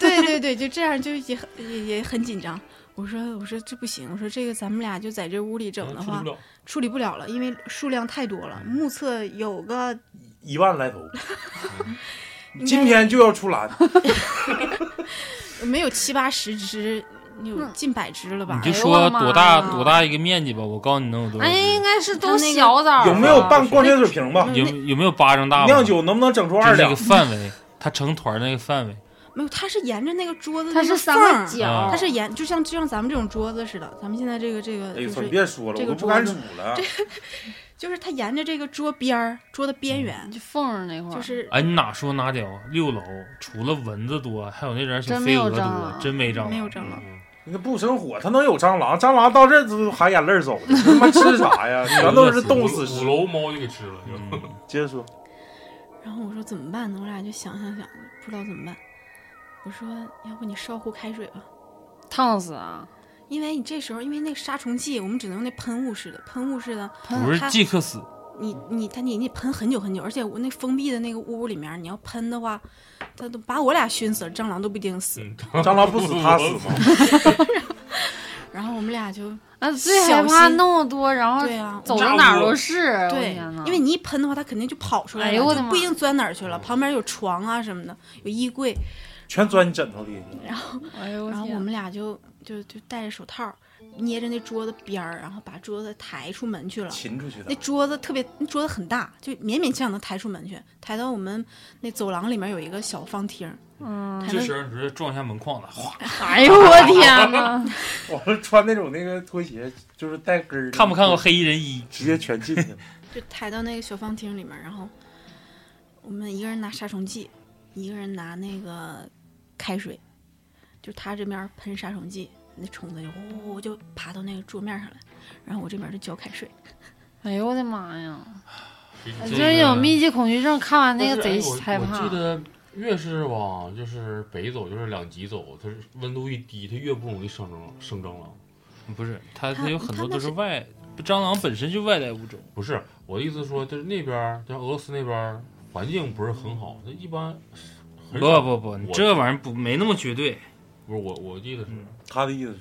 对对对，就这样，就也很也也很紧张。我说我说这不行，我说这个咱们俩就在这屋里整的
处理
哎
话
不，了。
处理不了了，因为数量太多了，目测有个
一万 来头，今天就要出栏，
没有七八十只，有
嗯
近百只了吧
你？就
哎呦我
说
的妈
多大
呀
多大一个面积吧，我告诉你能有多少
哎
只？
应该是
他
都
那个
小崽儿
有没有
了
半矿泉水瓶吧？
嗯
有有没有巴掌大吗？
酿酒能不能整出
就
二
是那
两
个？范围，它成团那个范围，
没有，它是沿着那个桌子，
它是三
三
个
缝，
角
啊
儿，
它是沿就像就像咱们这种桌子似的，咱们现在这个这个
哎呦，
就
操！你
是
别说了，
这
我
个
都不敢
桌
数
子
了。
就是它沿着这个桌边儿桌的边缘，
就缝儿那块儿，
就是
哎，你哪说哪屌？六楼除了蚊子多，还有那点小
真没
飞
有
蛾
蟑
多，
螂
真没蟑
没有
螂。嗯
蟑螂。
你那不生火，它能有蟑螂？蟑螂到这都含眼泪儿走的，他妈吃 啥呀？全都是冻死
五。
尸
楼猫就给吃了，是吧
嗯
接着说，
然后我说怎么办呢？我俩就想想想，不知道怎么办。我说哎要不你烧壶开水吧，
烫死啊！
因为你这时候因为那个杀虫剂，我们只能用那喷雾式的，喷雾式的
不是
它
嗯即刻死，
你你他你你喷很久很久，而且我那封闭的那个屋里面，你要喷的话，它都把我俩熏死了，蟑螂都不一定死。
嗯
蟑螂不死它死吗？
然后我们俩就
啊，最
小
害怕
心
那么多，然后
对啊，
走到哪儿都是，我
对
哎天呐，
因为你一喷的话，它肯定就跑出来
哎呦
了，
我的
就
妈
不一定钻哪儿去了。旁边有床啊什么的，有衣柜，
全钻你枕头里去。
哎呦我
然后我
天，
们俩就就就戴着手套，捏着那桌子边儿，然后把桌子抬出门去了。
擒出去的。
那桌子特别，那桌子很大，就勉勉强强能抬出门去，抬到我们那走廊里面有一个小方厅儿，
嗯，
抬
这
到
时候直接撞一下门框子，哗，
哎呦我天呐，
我是穿那种那个拖鞋，就是带跟儿。
看不看过？黑衣人一？
直接全进去了。
就抬到那个小方厅里面，然后我们一个人拿杀虫剂，一个人拿那个开水，就他这边喷杀虫剂，那虫子就呜呜呜就爬到那个桌面上来，然后我这边就浇开水。
哎呦我的妈呀！
这
就
个
是有密集恐惧症，看完那
但是
个贼
哎我
害怕
我记。得越是往就是北走，就是两极走，它是温度一低，它越不容易生蟑螂。生蟑螂
嗯不是，它
它
它有很多
它那
都是
是
外，蟑螂本身就外来物种。
不是我的意思是说，就是那边儿，像俄罗斯那边儿环境不是很好，那一般很
不
少
不不，你
我
这玩意儿不没那么绝对。
不是我我记得是
他的意思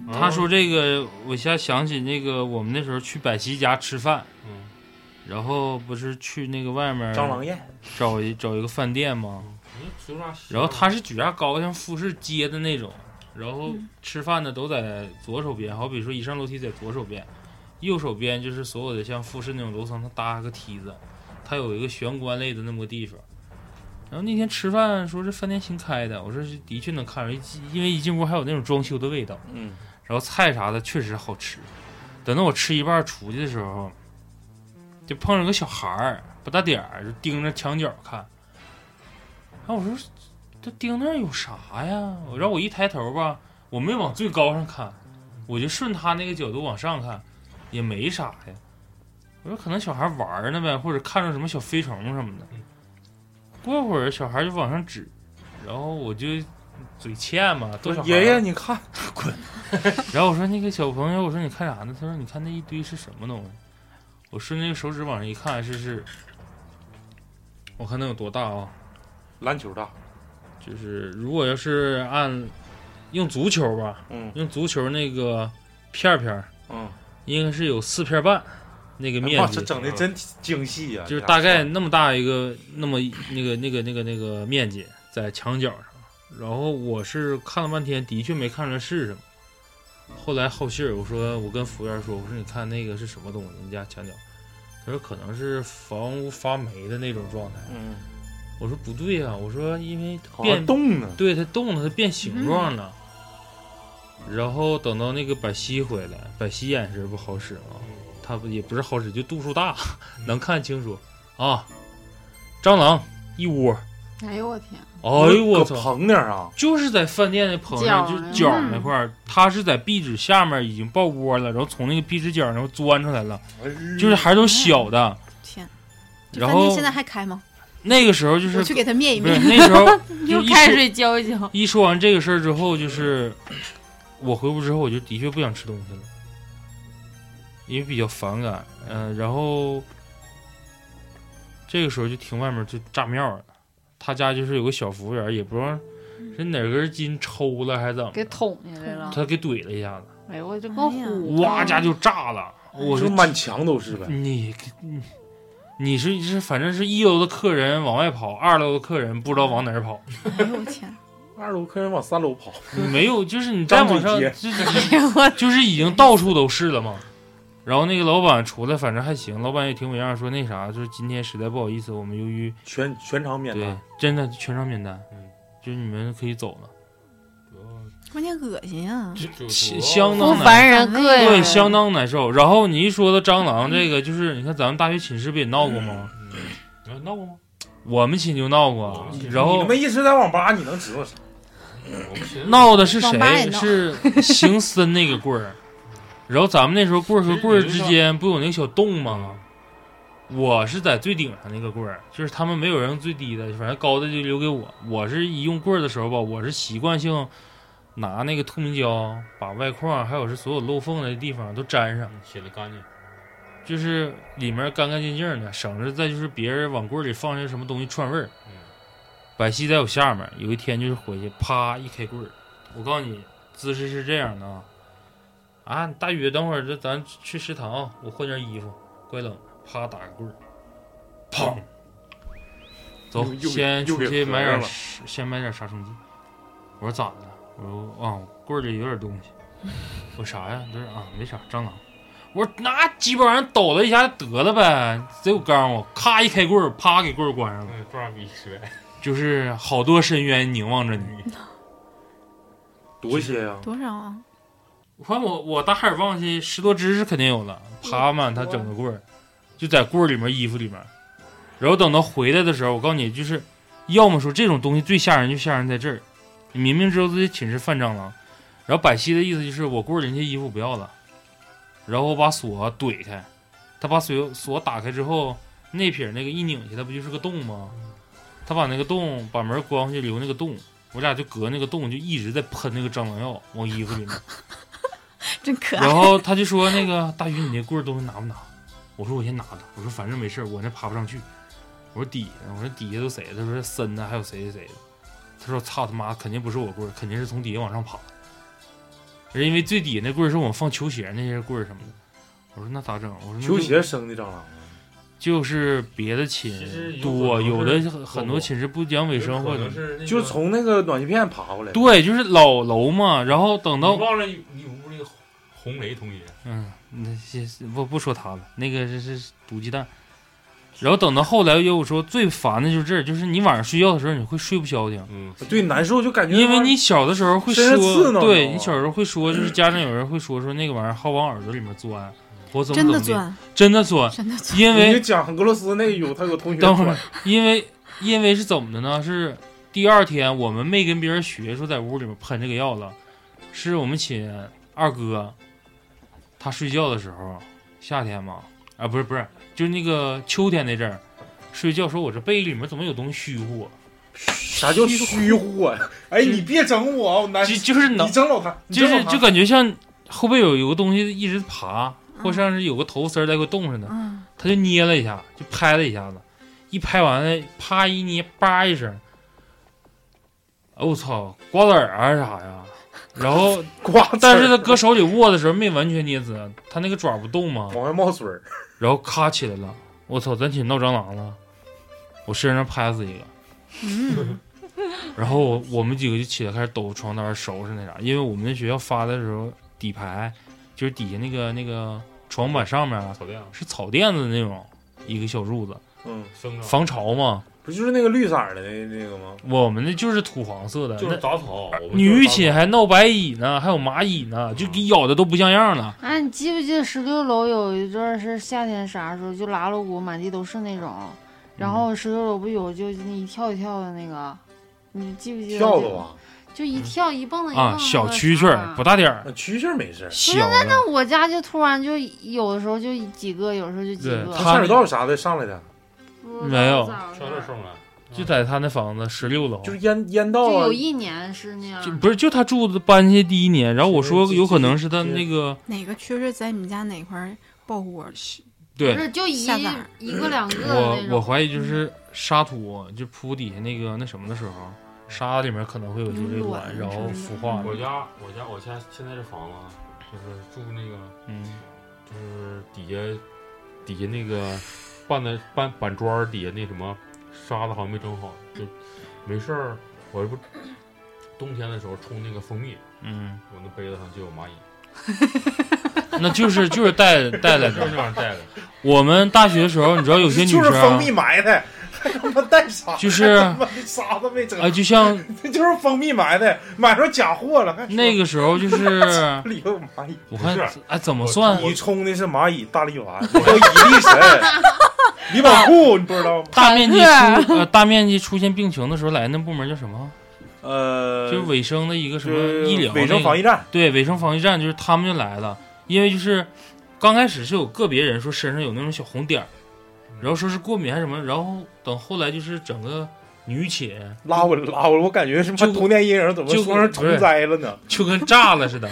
嗯
是，
他说这个，我现在想起那个我们那时候去百西家吃饭，
嗯
然后不是去那个外面
蟑螂宴，
找一找一个饭店吗？
嗯随便拉稀
然后他是举架高，像复式街的那种，然后吃饭的都在左手边，好比说一上楼梯在左手边，右手边就是所有的像复式那种楼层，它搭个梯子，它有一个玄关类的那么个地方。然后那天吃饭说这饭店新开的，我说是的确能看出来，一进因为一进屋还有那种装修的味道。
嗯，
然后菜啥的确实好吃。等到我吃一半出去的时候，就碰上个小孩儿，不大点儿，就盯着墙角看。然后我说：“这盯那儿有啥呀？”我让我一抬头吧，我没往最高上看，我就顺他那个角度往上看，也没啥呀。我说可能小孩玩儿呢呗，或者看着什么小飞虫什么的。过会儿小孩就往上指，然后我就嘴欠嘛，
我
多啊少
说爷爷，你看，
然后我说那个小朋友，我说你看啥呢？他说你看那一堆是什么东西？我顺那个手指往上一看，是是，我看能有多大啊？
篮球大，
就是如果要是按用足球吧，
嗯
用足球那个片儿片儿，
嗯，
应该是有四片半那个面
哎哇，
积嗯
这，整的真精细啊呀，
就是
这
大概那么大一个那么一那个那个那个那个面积在墙角上。然后我是看了半天，的确没看出来是什么。后来好信儿，我说我跟服务员说，我说你看那个是什么东西？你家墙角，他说可能是房屋发霉的那种状态。
嗯，
我说不对啊，我说因为
好像
变
动呢，
对，它动了，它变
嗯
形状了。然后等到那个百西回来，百西眼神不好使啊，他不也不是好使，就度数大， 能看清楚啊。蟑螂一窝，
哎呦我天，
哎呦我
搁
操！
捧点儿啊，
就是在饭店的棚上，
角
就
儿呢
是角
嗯
儿那块儿，它是在壁纸下面已经爆窝了，然后从那个壁纸角儿那块儿钻出来了，
嗯
就是还都小的。
天，这
然
饭店
后
现在还开吗？
那个时候就
我
是
去给他灭一
不是
灭。
那时候就
用
一
开
出
水浇一浇。
一说完这个事儿之后，就是我回屋之后，我就的确不想吃东西了，因为比较反感。嗯、然后这个时候就听外面就炸庙了，他家就是有个小服务员，也不知道是哪根筋抽了还是怎么
嗯给
的，
捅下来了，
他给怼了一下子，
哎呦，我就跟虎
哇家就炸了。
哎
我
就
说
满墙都是呗，
你你你是你是反正是一楼的客人往外跑，二楼的客人不知道往哪儿跑，
哎呦我天，
二楼客人往三楼跑，
你没有就是你再往
嗯张
上
嘴
就是 就是已经到处都是了嘛。然后那个老板出来，反正还行，老板也挺有样儿，说那啥，就是今天实在不好意思，我们由于
全全场免
对
单，
真的全场免单
嗯，
就是你们可以走了，
关键恶心啊呀！
就
相
主
相
不
当难，
烦人啊膈应
对，
人，
相当难受。然后你一说到蟑螂这个，就是你看咱们大学寝室不也闹过吗？嗯
要闹过吗？
我们寝就闹
嗯我
过
们，寝
然
你
后
他妈一直在网吧，你能知道啥？
我们寻思
闹的是
网吧也
谁？
闹
是邢森那个棍 儿。然后咱们那时候棍儿和棍儿之间不有那个小洞吗？我是在最顶上那个棍儿，就是他们没有人用最低的，反正高的就留给我。我是一用棍儿的时候吧，我是习惯性拿那个透明胶把外框还有是所有漏缝的地方都粘上，
嗯写的干净，
就是里面干干净净的，省着再就是别人往棍儿里放些什么东西串味儿。
嗯
百西在我下面，有一天就是回去，啪一开棍儿，我告诉你，姿势是这样的啊，啊，大宇，等会儿这咱去食堂啊，我换件衣服，怪冷，啪打个棍儿，砰，走
又，又
先
又
出
给
去
合
买点
上了
杀，先买点杀虫剂。我说咋的了？我说啊，棍儿里有点东西。我说啥呀？他说啊，没啥，蟑螂。我说拿鸡巴玩意儿抖了一下得了呗，贼有刚我，咔一开棍儿，啪给棍儿关上了。
哎
嗯，多少米失败，
就是好多深渊凝望着
哎
你。
多些呀，
多少啊？
我看我我大海尔忘记十多只是肯定有了，爬满它整个棍儿，就在棍儿里面衣服里面。然后等到回来的时候，我告诉你，就是要么说这种东西最吓人就吓人在这儿，你明明知道自己寝室犯蟑螂，然后百西的意思就是我棍儿里那些衣服不要了，然后我把锁怼开，他把锁锁打开之后，那撇儿那个一拧下，它不就是个洞吗？他把那个洞把门关回去留那个洞，我俩就隔那个洞就一直在喷那个蟑螂药往衣服里面。
真 可爱。
然后他就说：“那个大宇，你那棍儿东西拿不拿？”我说：“我先拿着。”我说：“反正没事儿，我那爬不上去。”我说：“底下呢，我说底下都谁？”他说：“森呢，还有谁谁谁的。”他说：“操他妈，肯定不是我棍儿，肯定是从底下往上爬。”是因为最底下那棍儿是我们放球鞋那些棍儿什么的。我说：“那咋整？”我说：“那就
球鞋生的蟑螂，
就是别的寝
其实有
多，
可能
有
是
的很很多寝室不讲卫生或
可
者
能是那个
就是从那个暖气片爬过来，
对，就是老楼嘛。然后等
你
到
忘了你你屋那个红雷同学，
嗯，那些不不说他了，那个这是毒鸡蛋。然后等到后来又说最烦的就是这儿，就是你晚上睡觉的时候你会睡不消停，
嗯，
对，难受就感觉
因为你小的时候会
身上刺
说，
挠
对
挠
你小时候会说，就是家长有人会说说那个玩意儿好往耳朵里面钻，我怎么怎
真的
么地，
钻，
真的钻，
真的钻。
因
你就
为
讲俄罗斯那有他有同学
等会
管
儿因为因为是怎么的呢？是第二天我们没跟别人学说在屋里面喷这个药了，是我们寝二哥，他睡觉的时候，夏天嘛，啊不是不是，就是那个秋天那阵儿，睡觉说我这被里面怎么有东西虚乎我，
啥叫虚乎啊？ 哎，你别整我啊，我难
就就是脑
你整老谭，你
就
整
是就
老谭
感觉像后背有有个东西一直爬，
嗯
或像是有个头丝儿在给我冻着呢，
嗯，
他就捏了一下，就拍了一下子，一拍完了，啪一捏，叭一声，哎我操，瓜子儿啊啥呀？然后，
瓜子儿，
但是他搁手里握的时候没完全捏死，啊他那个爪不动嘛，
往外冒 水儿，
然后咔起来了，我操，咱寝闹蟑螂了，我身上拍死一个，然后我我们几个就起来开始抖床单收拾那啥，因为我们学校发的时候底牌就是底下那个那个床板上面啊
草甸
是草垫子那种一个小柱子，
嗯，
生长，
防潮嘛，
不就是那个绿色儿的那那个吗？
我们那就是土黄色的，
就是杂草。
那女寝还闹白蚁呢，还有蚂蚁呢，就给咬的都不像样了。
哎，你记不记得十六楼有一段是夏天啥时候就拉锣鼓满地都是那种，然
嗯
后十六楼不有就你一跳一跳的那个，你记不记得？
跳蚤，啊，
就一跳一蹦的一蹦的
啊，
那
小
个
蛐蛐
啥
儿不大点儿，
那啊蛐蛐儿没事儿，
小的，
我家就突然就有的时候就几个，有的时候就几
对
个，
它
下水道啥的上来的，
不知道
没有
咋回事
全都
儿
生出来，
就在他那房子十六楼，
就是烟烟道
就
啊
有，一年是那样
哦就。不是就他住的搬进去第一年，然后我说
是
有可能是他那个
哪个蛐蛐在你们家哪块儿爆窝了？
对
不，是就一
下崽儿
一个两个的
我
那
我
种，
怀疑
嗯
就是沙土就铺底下那个那什么的时候，沙里面可能会有这个卵，然后孵化。
我家我家我家现在这房子啊就是住那个
嗯，
就是底下底下那个拌的拌板砖儿底下那什么沙子好像没整好，就没事儿。我这不冬天的时候冲那个蜂蜜，
嗯，
我那杯子上就有蚂蚁，
那就是就是带带来
就是
的。
那玩意儿带的。
我们大学的时候，你知道有些女
就
生
是蜂
啊
蜜埋的，还他妈带啥？
就是
他妈的沙子没整，
啊，就像
就是蜂蜜埋的，买着假货了，还说
那个时候就是
里头有蚂蚁。
我看
不是
哎怎么算
你冲的是蚂蚁大力 丸，我叫蚁力神，李宝库，你不知道吗？
大面积出呃大面积出现病情的时候，来那部门叫什么？
呃，
就是卫生的一个什
就
么
是
医疗
卫生
那个
防疫站，
对，卫生防疫站就是他们就来了，因为就是刚开始是有个别人说身上有那种小红点儿，然后说是过敏还是什么，然后等后来就是整个女寝
拉我拉我，我感觉什么
就
童年阴影怎么
就
说成虫灾了呢？
就跟炸了似的，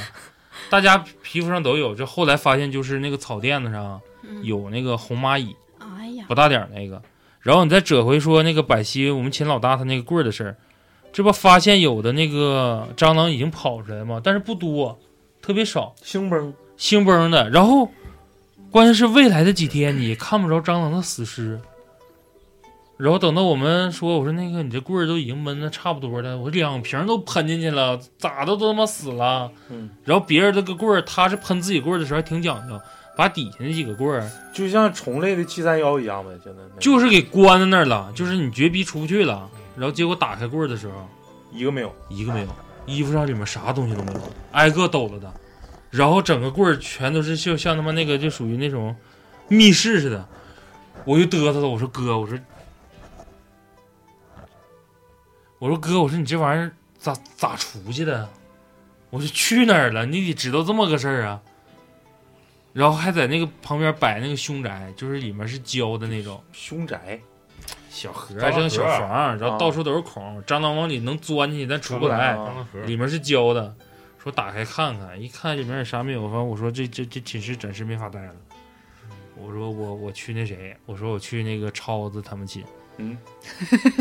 大家皮肤上都有。这后来发现就是那个草垫子上
嗯，
有那个红蚂蚁，
哎呀，
不大点儿那个。然后你再折回说那个百西，我们秦老大他那个棍儿的事儿，这不发现有的那个蟑螂已经跑出来吗？但是不多，特别少。
兴崩，
兴崩的。然后，关键是未来的几天你也看不着蟑螂的死尸。然后等到我们说，我说那个你这棍儿都已经闷的差不多了，我两瓶都喷进去了， 咋的都他妈死了。
嗯。
然后别人这个棍儿，他是喷自己棍儿的时候还挺讲究，把底下那几个棍儿
就像虫类的七三幺一样呗，现在那个
就是给关在那儿了，就是你绝逼出不去了。然后结果打开棍儿的时候，
一个没有，
一个没有，衣服上里面啥东西都没有，挨个抖了的，然后整个棍儿全都是就像他妈那个就属于那种密室似的，我就嘚瑟了，我说哥，我说，我说哥，我说你这玩意儿咋咋出去的？我说去哪儿了？你得知道这么个事儿啊。然后还在那个旁边摆那个凶宅，就是里面是胶的那种
凶宅，
小盒，
蟑螂
像小
盒
房，然后
啊
到处都是孔，蟑螂往里能钻进去，但出不来。
蟑螂盒，
里面是胶的，说打开看看，一看里面啥没有，反正我说这这这寝室暂时没法待了。我说我我去那谁，我说我去那个超子他们寝，
嗯，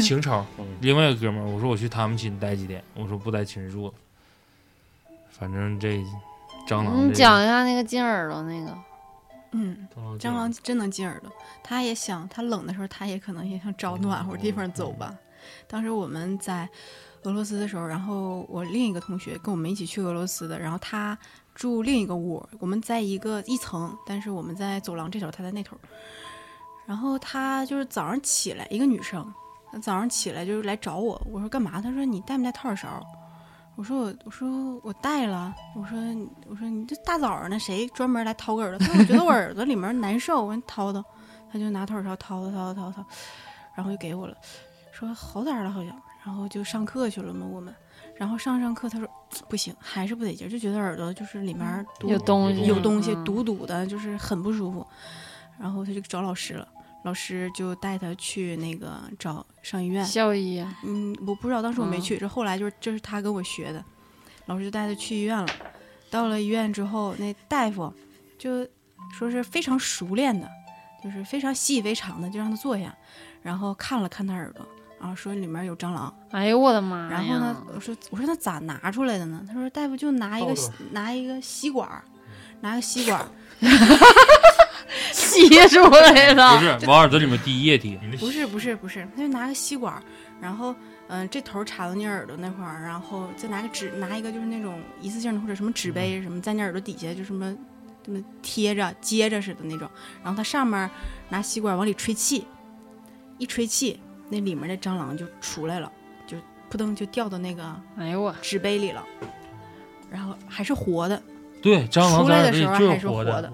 邢超
嗯，
另外一个哥们儿，我说我去他们寝待几天，我说不待寝室住了，反正这蟑螂、这个，
你讲一下那个金耳朵那个，
嗯，
蟑
哦
蟑螂真能进耳朵，它也想，它冷的时候，它也可能也想找暖和地方走吧。嗯当时我们在俄罗斯的时候，然后我另一个同学跟我们一起去俄罗斯的，然后他住另一个屋，我们在一个一层，但是我们在走廊这头，他在那头。然后他就是早上起来，一个女生，她早上起来就是来找我，我说干嘛？她说你带没带掏耳勺？我说我我说我带了，我说你我说你这大早上的谁专门来掏个耳朵？她说我觉得我耳朵里面难受，我说你掏掏，她就拿掏耳勺掏掏掏掏掏，然后就给我了，说好点儿了好像，然后就上课去了嘛我们，然后上上课她说不行，还是不得劲儿，就觉得耳朵就是里面堵
有东
西
西，
有东西
嗯
堵堵的，就是很不舒服。然后他就找老师了，老师就带他去那个找上医院。
校医啊，
嗯，我不知道，当时我没
嗯
去，这后来就是这是他跟我学的，老师就带他去医院了。到了医院之后，那大夫就说是非常熟练的，就是非常习以为常的，就让他坐下，然后看了看他耳朵，然后说里面有蟑螂。
哎呦我的妈呀！
然后呢，我说我说那咋拿出来的呢？他说大夫就拿一个
泡着
拿一个吸管儿，拿个吸管儿，
吸出来
不
了，
是往耳朵里面滴液体，
你那
不是不是不是，他就拿个吸管儿，然后嗯、这头儿插到你耳朵那块儿，然后再拿个纸拿一个就是那种一次性的或者什么纸杯什么，在你耳朵底下就什么这么贴着接着似的那种，然后他上面拿吸管往里吹气，一吹气，那里面的蟑螂就出来了，就扑腾就掉到那个
哎呦我，
纸杯里了，然后还是活的。
对，蟑螂
出
在
来
耳朵里
的时候
就
还是
活
活
的。
的。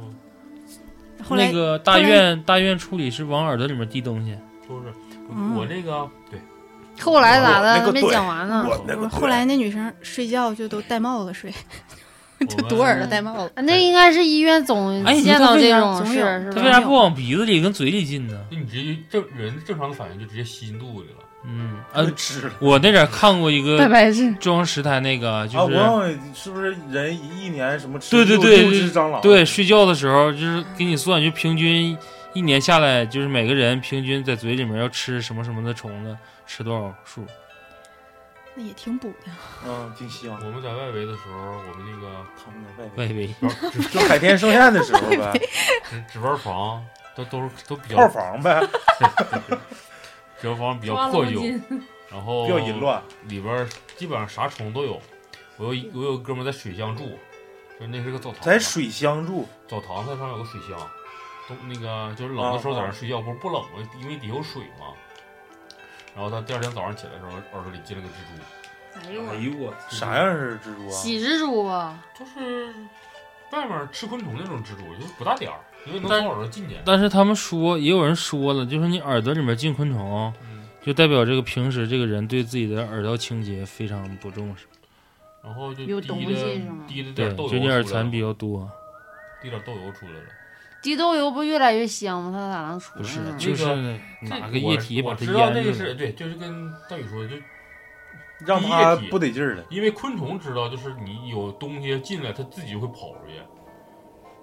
后来
那个大
来
院大院处理是往耳朵里面滴东西，
不是我
嗯
我那个对
后来咋
我那
的？
个
没
对
讲完呢。
我那个
后来那女生睡觉就都戴帽子睡， 就
我们
堵耳朵戴帽子。
啊那应该是医院总
哎你说
见
他
到
为
这
啥
种
总
事
有
儿，是
它
吧？
为 啥不往鼻子里跟嘴里进呢？
那你直接正人正常的反应就直接吸进肚子里了。
嗯，啊，
吃了
我那点看过一
拜
个
拜是
中央十台那个，
啊！
就
我
是、
忘了是不是人一年什么吃
对对
六
对
六
对
只蟑螂？
对，睡觉的时候就是给你算，就平均一年下来，就是每个人平均在嘴里面要吃什么什么的虫子，吃多少数。
那也挺补的。
嗯，挺香。
我们在外围的时候，我们那个
他们的外围
喂喂，
就海天盛宴的时 候呗，
值值班嗯房都都是都比较
套房呗，
值班房比较破旧，然后
比较淫，乱。
里边儿基本上啥虫都有。我有一我有个哥们儿在水乡住，就那是个澡堂，
在水乡住，
澡堂子上有个水箱，冬那个就是冷的时候在那睡觉，不是不冷吗？因为底下有水嘛。然后他第二天早上起来的时候，耳朵里进了个蜘蛛，
哎呦
呦我，
啥样式的蜘蛛啊？
喜蜘蛛啊，
就是外面吃昆虫那种蜘蛛，就是不大点儿，因为能
但
从耳朵进去。
但是他们说，也有人说了，就是你耳朵里面进昆虫，
嗯，
就代表这个平时这个人对自己的耳道清洁非常不重视，
然后就
有
滴
东西是
的
吗
滴了
对，
点豆
就
油出
你
来
耳
了，
残比较多。
滴点豆油出来了。
滴豆油不越来越香吗？它咋能出
不是
来，呢？
就是
这
哪个
我
液体把
我
它
知道那
淹
个
住
是
了？
对，就是跟大宇说的，就
让他不得劲儿了。
因为昆虫知道，就是你有东西进来，它自己就会跑出去。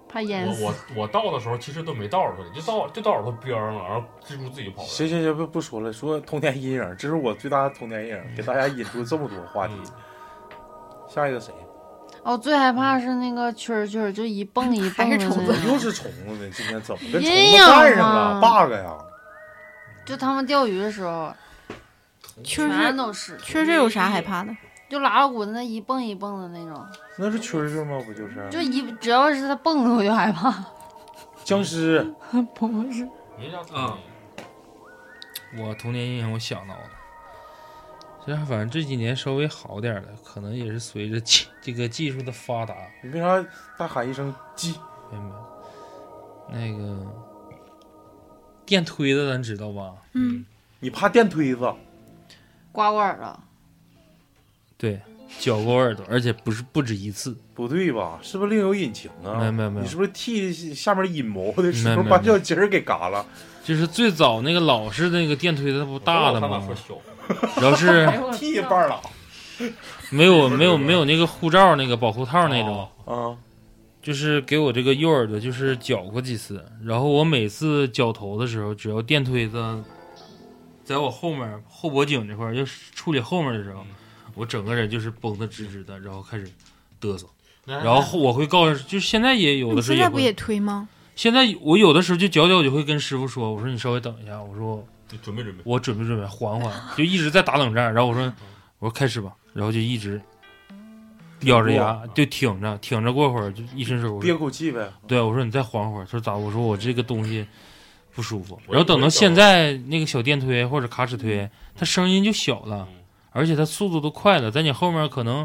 怕淹
我
死
我。我到的时候其实都没到耳朵里，就到就到耳朵边儿了，然后蜘蛛自己跑了。
行行行，不不说了，说童年阴影，这是我最大的童年阴影，给大家引出这么多话题。
嗯
下一个谁？
哦，最害怕是那个蛐儿蛐儿，就一 蹦一蹦
还
的
是虫
那
子
种
又是虫子呢？今天怎么跟虫
阴影
子干上了
啊
？bug 呀！
就他们钓鱼的时候，
确
全
实，
都是，
确实有啥害怕的？
就拉了骨那一蹦一蹦的那种，
那是蛐蛐吗？不就是？
就一只要是它蹦的我就害怕。
僵尸
不是，
没啥
啊我童年阴影我想到了，这反正这几年稍微好点儿了，可能也是随着技这个技术的发达，
你为啥大喊一声鸡？
明白？那个电推子咱知道吧？
嗯，
你怕电推子？
刮我耳朵，
对，绞过耳朵，而且不是不止一次。
不对吧？是不是另有隐情啊？
没有没有没有
你是不是替下面的阴谋的时
没
候
有没有
把小鸡儿给嘎了？
就是最早那个老式那个电推子，它不大的
他
吗
俩？说小，
然后是
替半拉
没有没有没有那个护罩那个保护套那种，
啊！
就是给我这个右耳朵就是绞过几次，然后我每次绞头的时候，只要电推子在我后面后脖颈这块儿要是处理后面的时候，我整个人就是绷得直直的，然后开始嘚瑟，
然
然后我会告诉，就是现在也有
你
的时候
现
也
在不也
会，
推吗？
现在我有的时候就绞绞就会跟师傅说，我说你稍微等一下，我说
就准备准备，
我准备准备，缓缓，就一直在打冷战。然后我说，我说开始吧，然后就一直咬着牙就挺着，挺着过会儿就一伸手，我
憋
说
口气呗。
对我说你再缓会儿，他说咋？我说我这个东西不舒服。
我
然后等到现在那个小电推或者卡尺推，它声音就小了
嗯，
而且它速度都快了，在你后面可能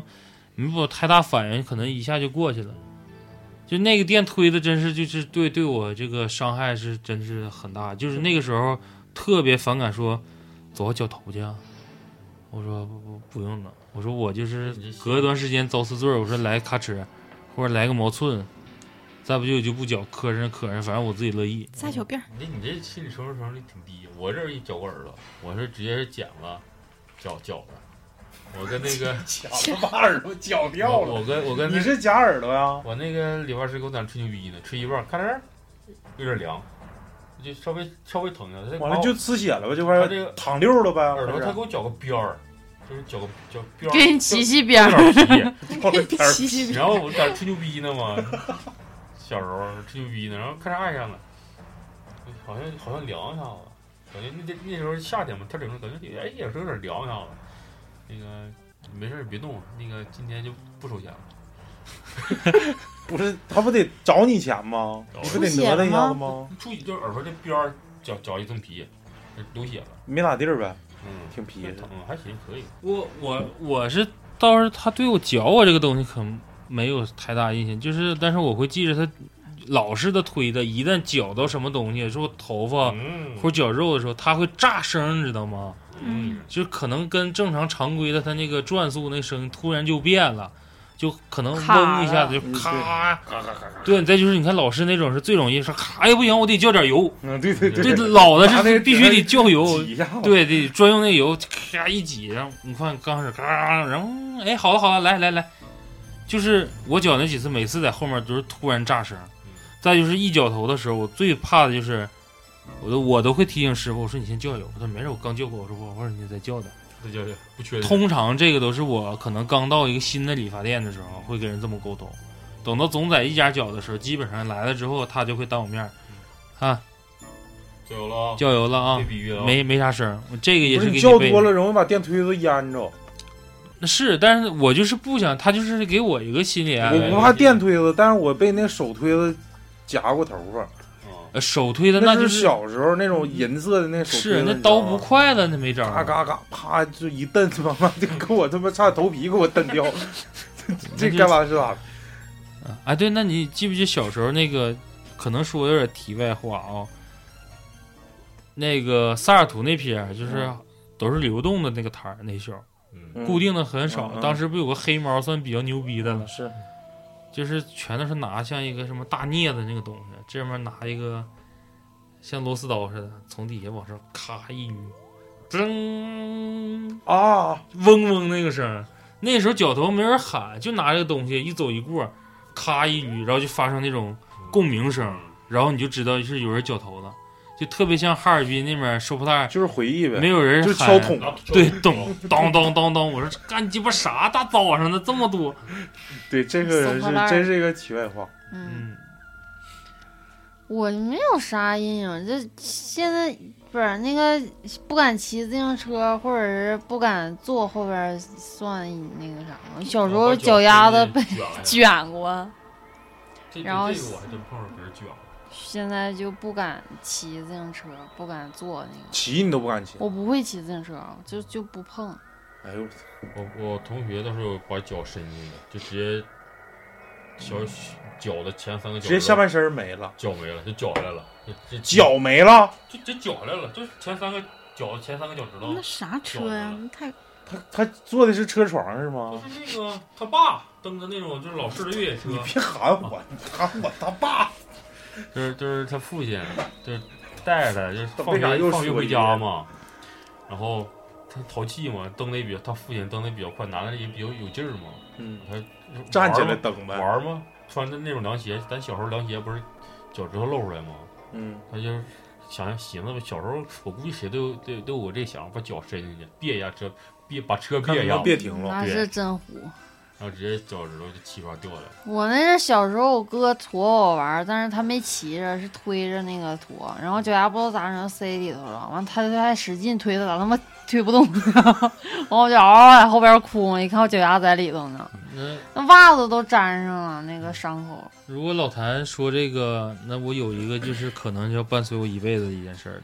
你不太大反应，可能一下就过去了。就那个电推的，真是就是对对我这个伤害是真是很大。就是那个时候特别反感说，走我绞头去啊！我说不不不用了，我说我就是
你这
隔一段时间遭次罪儿，我说来咔哧，或者来个毛寸，再不就就不搅，磕碜磕碜，反正我自己乐意。
撒小辫 儿，
你你这心理承受能力挺低，我这一绞过耳朵，我是直接是剪了，绞绞了。我跟那个
抢把耳朵绞掉
我
了。
我跟我跟
你
那
是假耳朵呀？
我那个理发师给我在那吹牛逼呢，吹一半儿，咔嚓，有点凉，就稍微稍微疼一下。他
哦
完了就呲血了呗，这
他
块
这个
淌溜了呗，
耳朵，
是啊
他给我绞个边儿，就是绞个绞边儿，
给你骑骑边
边
儿，
儿
掉了点儿
嘻嘻
皮。然后我在那吹牛逼呢嘛，小时候吹牛逼呢，然后咔嚓按上了，好像好像凉一下子，感觉那那时候夏天嘛，他整个感觉哎也是有点凉一下子。那个没事儿别动，那个今天就不收钱了。
不是他不得找你钱吗？你不得
出血
讹他
了
一下子吗？
注意就是耳朵这边儿绞绞一层皮，流血了。
没咋地儿呗，
嗯，
挺皮实。
疼，还行，可以。
我我我是倒是他对我脚我这个东西可没有太大印象，就是但是我会记着他老式的推的，一旦绞到什么东西，说头发
嗯
或者绞肉的时候，它会炸声，你知道吗？
嗯，
就是可能跟正常常规的它那个转速那声突然就变了，就可能
卡
嗡一下子就
了
咔对，再就是你看老师那种是最容易是咔，哎不行，我得浇点油，
嗯，对对
这老的
拿那
是
个
必须得浇油，
挤一下子。
对，得专用那油，咔一挤，然后你看刚开始咔，然后哎，好了好了，来来来，就是我脚那几次，每次在后面都是突然炸声。再就是一脚头的时候，我最怕的就是，我都我都会提醒师傅，我说你先浇油。他说没事，我刚浇过。我说我说你再浇点。
这叫不缺这个。
通常这个都是我可能刚到一个新的理发店的时候会跟人这么沟通。等到总在一家搅的时候，基本上来了之后，他就会当我面儿
加油了啊！
浇油了啊
别，比喻了啊，
没没啥声儿。我这个也
不
是
是
给
你叫
背
多了，容易把电推子淹着。
那是，但是我就是不想，他就是给我一个心理安
我
慰。
不怕电推子，但是我被那手推子夹过头发。
啊
呃手推的
那
就是
小时候那种银色的那手推
是
子，
那
你知道
刀
吗
不，快了，那没招
嘎
儿。啊
嘎嘎，啪就一蹬， 他妈就给我他妈差点头皮给我 蹬掉。这
就
该咋是咋。
啊，对，那你记不记小时候那个？可能说有点题外话啊、那个萨尔图那片儿就是都是流动的那个摊儿，那时候
嗯，
嗯
固定的很少。
嗯嗯
当时不有个黑猫算比较牛逼的了，
是
就是全都是拿像一个什么大镊子那个东西，这面拿一个像螺丝刀似的，从底下往上咔一捋，噌，
啊，
嗡嗡那个声儿。那时候绞头没人喊，就拿这个东西一走一过，咔一捋，然后就发生那种共鸣
嗯
声，然后你就知道是有人绞头了，就特别像哈尔滨那边收破烂儿，
就是回忆
没
呗，
有人
就是
喊
敲桶。
啊
对，咚当当当当，我说这干鸡巴啥？大早上的这么多，
对，这个
撕破
是
烂儿
真是一个题外话。
嗯，
嗯，
我没有啥阴影，这现在不是那个不敢骑自行车，或者是不敢坐后边儿算那个啥吗？小时候脚丫子被
卷了，
卷过，
这
然后
这个我还真碰上别人卷了。
现在就不敢骑自行车，不敢坐那个。
骑你都不敢骑。
我不会骑自行车，就就不碰。
哎呦，
我我同学到时候把脚伸进去，就直接小脚的前三个脚
直接下半身儿没了，
脚没了，就绞下来了，这这
脚没了，
就直接绞下来了，就是前三个脚前三个脚趾头
哦
那，啥车呀？太
他他坐的是车床是吗？
就是那个他爸蹬的那种就是老式的越野车
你，别喊我，你喊我他爸。
就是就是他父亲就是带着他，就是放
为啥又
学放学
说
回
一
家
遍
嘛，然后他淘气嘛，蹬的也比较，他父亲蹬的比较快，拿的也比较有劲儿嘛，
嗯，
他
站起
玩
来
嘛
蹬呗。
玩嘛，穿的那种凉鞋，咱小时候凉鞋不是脚趾头露出来吗？
嗯，
他就是想寻思吧，小时候我估计谁都有都有都有我这想法，把脚伸进去，别一下车，别把车
看
别一
能
下
不能，别停了。
那
对
是真虎。
然后直接脚趾头就齐刷掉下来了。
我那是小时候我哥驮我玩儿，但是他没骑着，是推着那个驮，然后脚丫不知道咋整就塞里头了，完他他还使劲推，他咋他妈 推不动呢？完我就嗷嗷在后边哭，一看我脚丫在里头呢，
那
那袜子都粘上了那个伤口。
如果老谭说这个，那我有一个就是可能要伴随我一辈子的一件事儿了，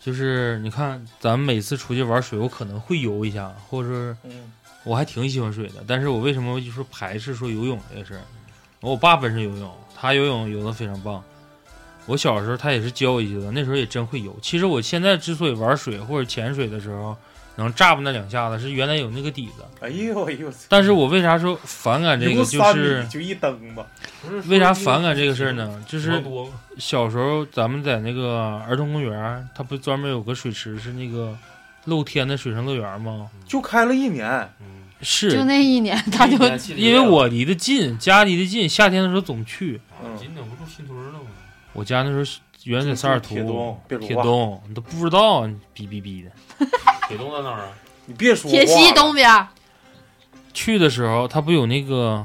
就是你看咱们每次出去玩水，我可能会游一下，或者说
嗯，
我还挺喜欢水的，但是我为什么就说排斥说游泳这个事儿？我爸本身游泳，他游泳游得非常棒。我小时候他也是教我一些的，那时候也真会游。其实我现在之所以玩水或者潜水的时候，能炸吧那两下子，是原来有那个底子。
哎呦哎呦，我操
但是我为啥说反感这
一共
个？
三
就
米
是
就一蹬子，
为啥反感这个事儿？
嗯
呢？就
就是多吗
小时候咱们在那个儿童公园儿，它不专门有个水池是那个露天的水上乐园吗？，
就开了一年，
嗯，
就是那一年他就
因为我离得近，家离得近，夏天的时候总去。
嗯
紧顶不住新屯儿了吗？
我家那时候是原来在三尔图
铁东别说话
铁东，你都不知道，你逼逼逼的。
铁东在哪儿啊？
你别说
铁西
话
东
了
边儿，
去的时候，它不有那个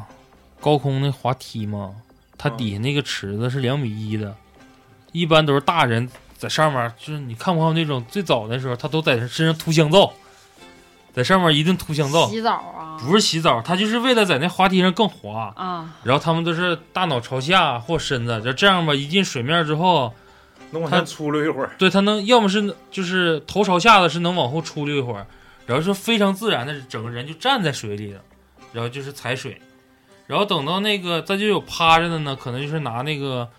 高空那滑梯吗？它底下那个池子是两米一的，一般都是大人在上面，就是你看不看那种最早的时候，他都在身上涂香皂，在上面一顿涂香皂，
洗澡啊，
不是洗澡，他就是为了在那滑梯上更滑。
啊，
然后他们都是大脑朝下或身子，就这样吧。一进水面之后，
能往
他
前出溜一会儿，
对他能要么是就是头朝下的是能往后出溜一会儿，然后是非常自然的整个人就站在水里了，然后就是踩水，然后等到那个再就有趴着的呢，可能就是拿那个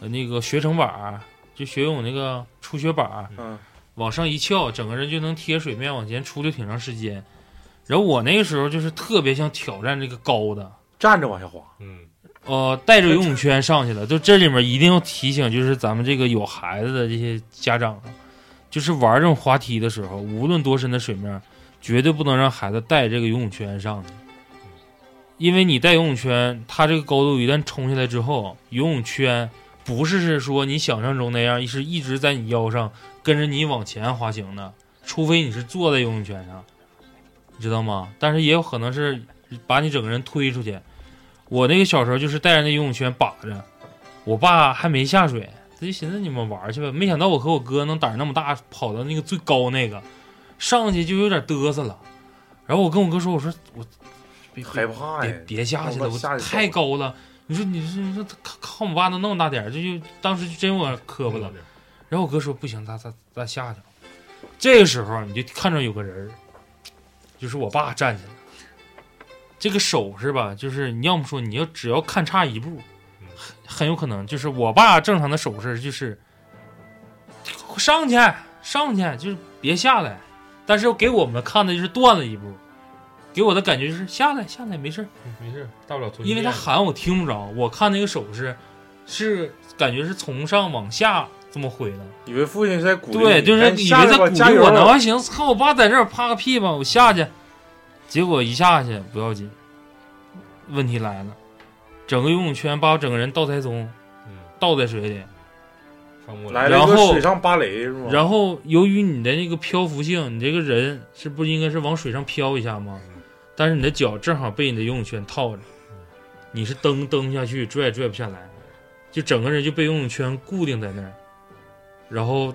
呃那个学程板儿，就学泳那个初学板儿
嗯，
往上一翘，整个人就能贴水面往前出溜挺长时间。然后我那个时候就是特别想挑战这个高的，
站着往下滑，
嗯，
呃，带着游泳圈上去了。就这里面一定要提醒，就是咱们这个有孩子的这些家长啊，就是玩这种滑梯的时候，无论多深的水面，绝对不能让孩子带这个游泳圈上去，因为你带游泳圈，它这个高度一旦冲下来之后，游泳圈不是是说你想象中那样，是一直在你腰上跟着你往前滑行的，除非你是坐在游泳圈上，你知道吗？但是也有可能是把你整个人推出去。我那个小时候就是带着那游泳圈把着，我爸还没下水，他就寻思你们玩去吧。没想到我和我哥能胆儿那么大，跑到那个最高那个，上去就有点嘚瑟了。然后我跟我哥说：“我说我别
害怕
别
呀，
别下去了，
哎我
我
下去
太
走
高了。”你说你说你说看看我爸都那么大点儿，这就当时就真我磕巴了。
嗯
然后我哥说不行，咱咱咱下去吧。这个时候你就看着有个人儿，就是我爸站起来了，这个手是吧？就是你要么说你要只要看差一步，很很有可能就是我爸正常的手势就是上去上去，就是别下来。但是给我们看的就是断了一步，给我的感觉就是下来下来没事儿，
没事，大不了做。
嗯因为他喊我听不着，我看那个手势是感觉是从上往下这么挥的。
以为父亲是在鼓励你，
对，就是
赶紧
以为
下来
在
吧
鼓
加
励
油
我呢，
啊
完寻思看我爸在这儿趴个屁吧，我下去。结果一下去不要紧，问题来了，整个游泳圈把我整个人倒栽中，
嗯，
倒在水里。
上过
来了一
然
个
后
水上芭蕾是吗？
然后由于你的那个漂浮性，你这个人是不是应该是往水上飘一下吗？但是你的脚正好被你的游泳圈套着，你是蹬蹬下去，拽也拽不下来，就整个人就被游泳圈固定在那儿。然后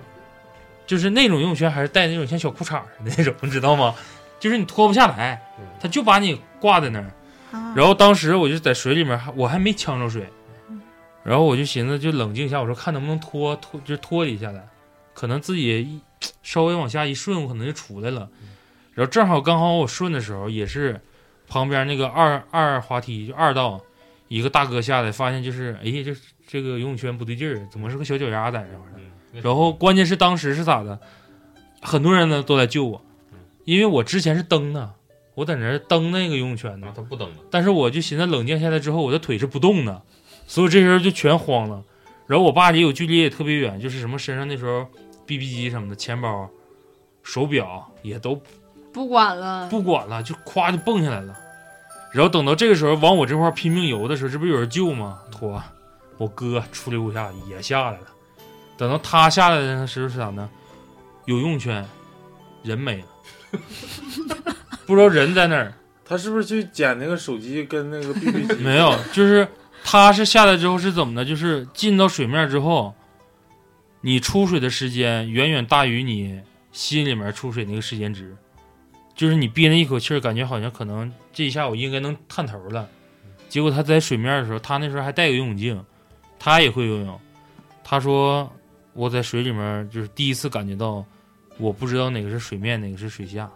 就是那种游泳圈还是带那种像小裤衩儿的那种，你知道吗？就是你脱不下来，它就把你挂在那儿。
啊
然后当时我就在水里面，我还没呛着水，然后我就寻思就冷静一下，我说看能不能脱脱，就是脱离下来，可能自己一稍微往下一顺，我可能就出来了。然后正好刚好我顺的时候，也是旁边那个二二滑梯就二道，一个大哥下来发现就是，哎呀，这这个游泳圈不对劲儿，怎么是个小脚丫在这块儿呢？然后关键是当时是咋的，很多人呢都来救我，因为我之前是蹬的，我在那儿蹬那个游泳圈呢
那。他不等了，
但是我就寻思冷静下来之后，我的腿是不动的，所以这时候就全慌了。然后我爸离我距离也特别远，就是什么身上那时候 BB 机什么的、钱包、手表也都
不管了，
不管了，就咵就蹦下来了。然后等到这个时候往我这块儿拼命游的时候，这不是有人救吗？托，我哥出溜一下也下来了。等到他下来的时候是啥呢？有游泳圈，人没了，不知道人在哪儿。
他是不是去捡那个手机跟那个 BB 机？
没有，就是他是下来之后是怎么的？就是进到水面之后，你出水的时间远远大于你心里面出水那个时间值，就是你憋那一口气儿，感觉好像可能这一下我应该能探头了。结果他在水面的时候，他那时候还戴个游泳镜，他也会游泳。他说我在水里面就是第一次感觉到，我不知道哪个是水面，哪个是水下，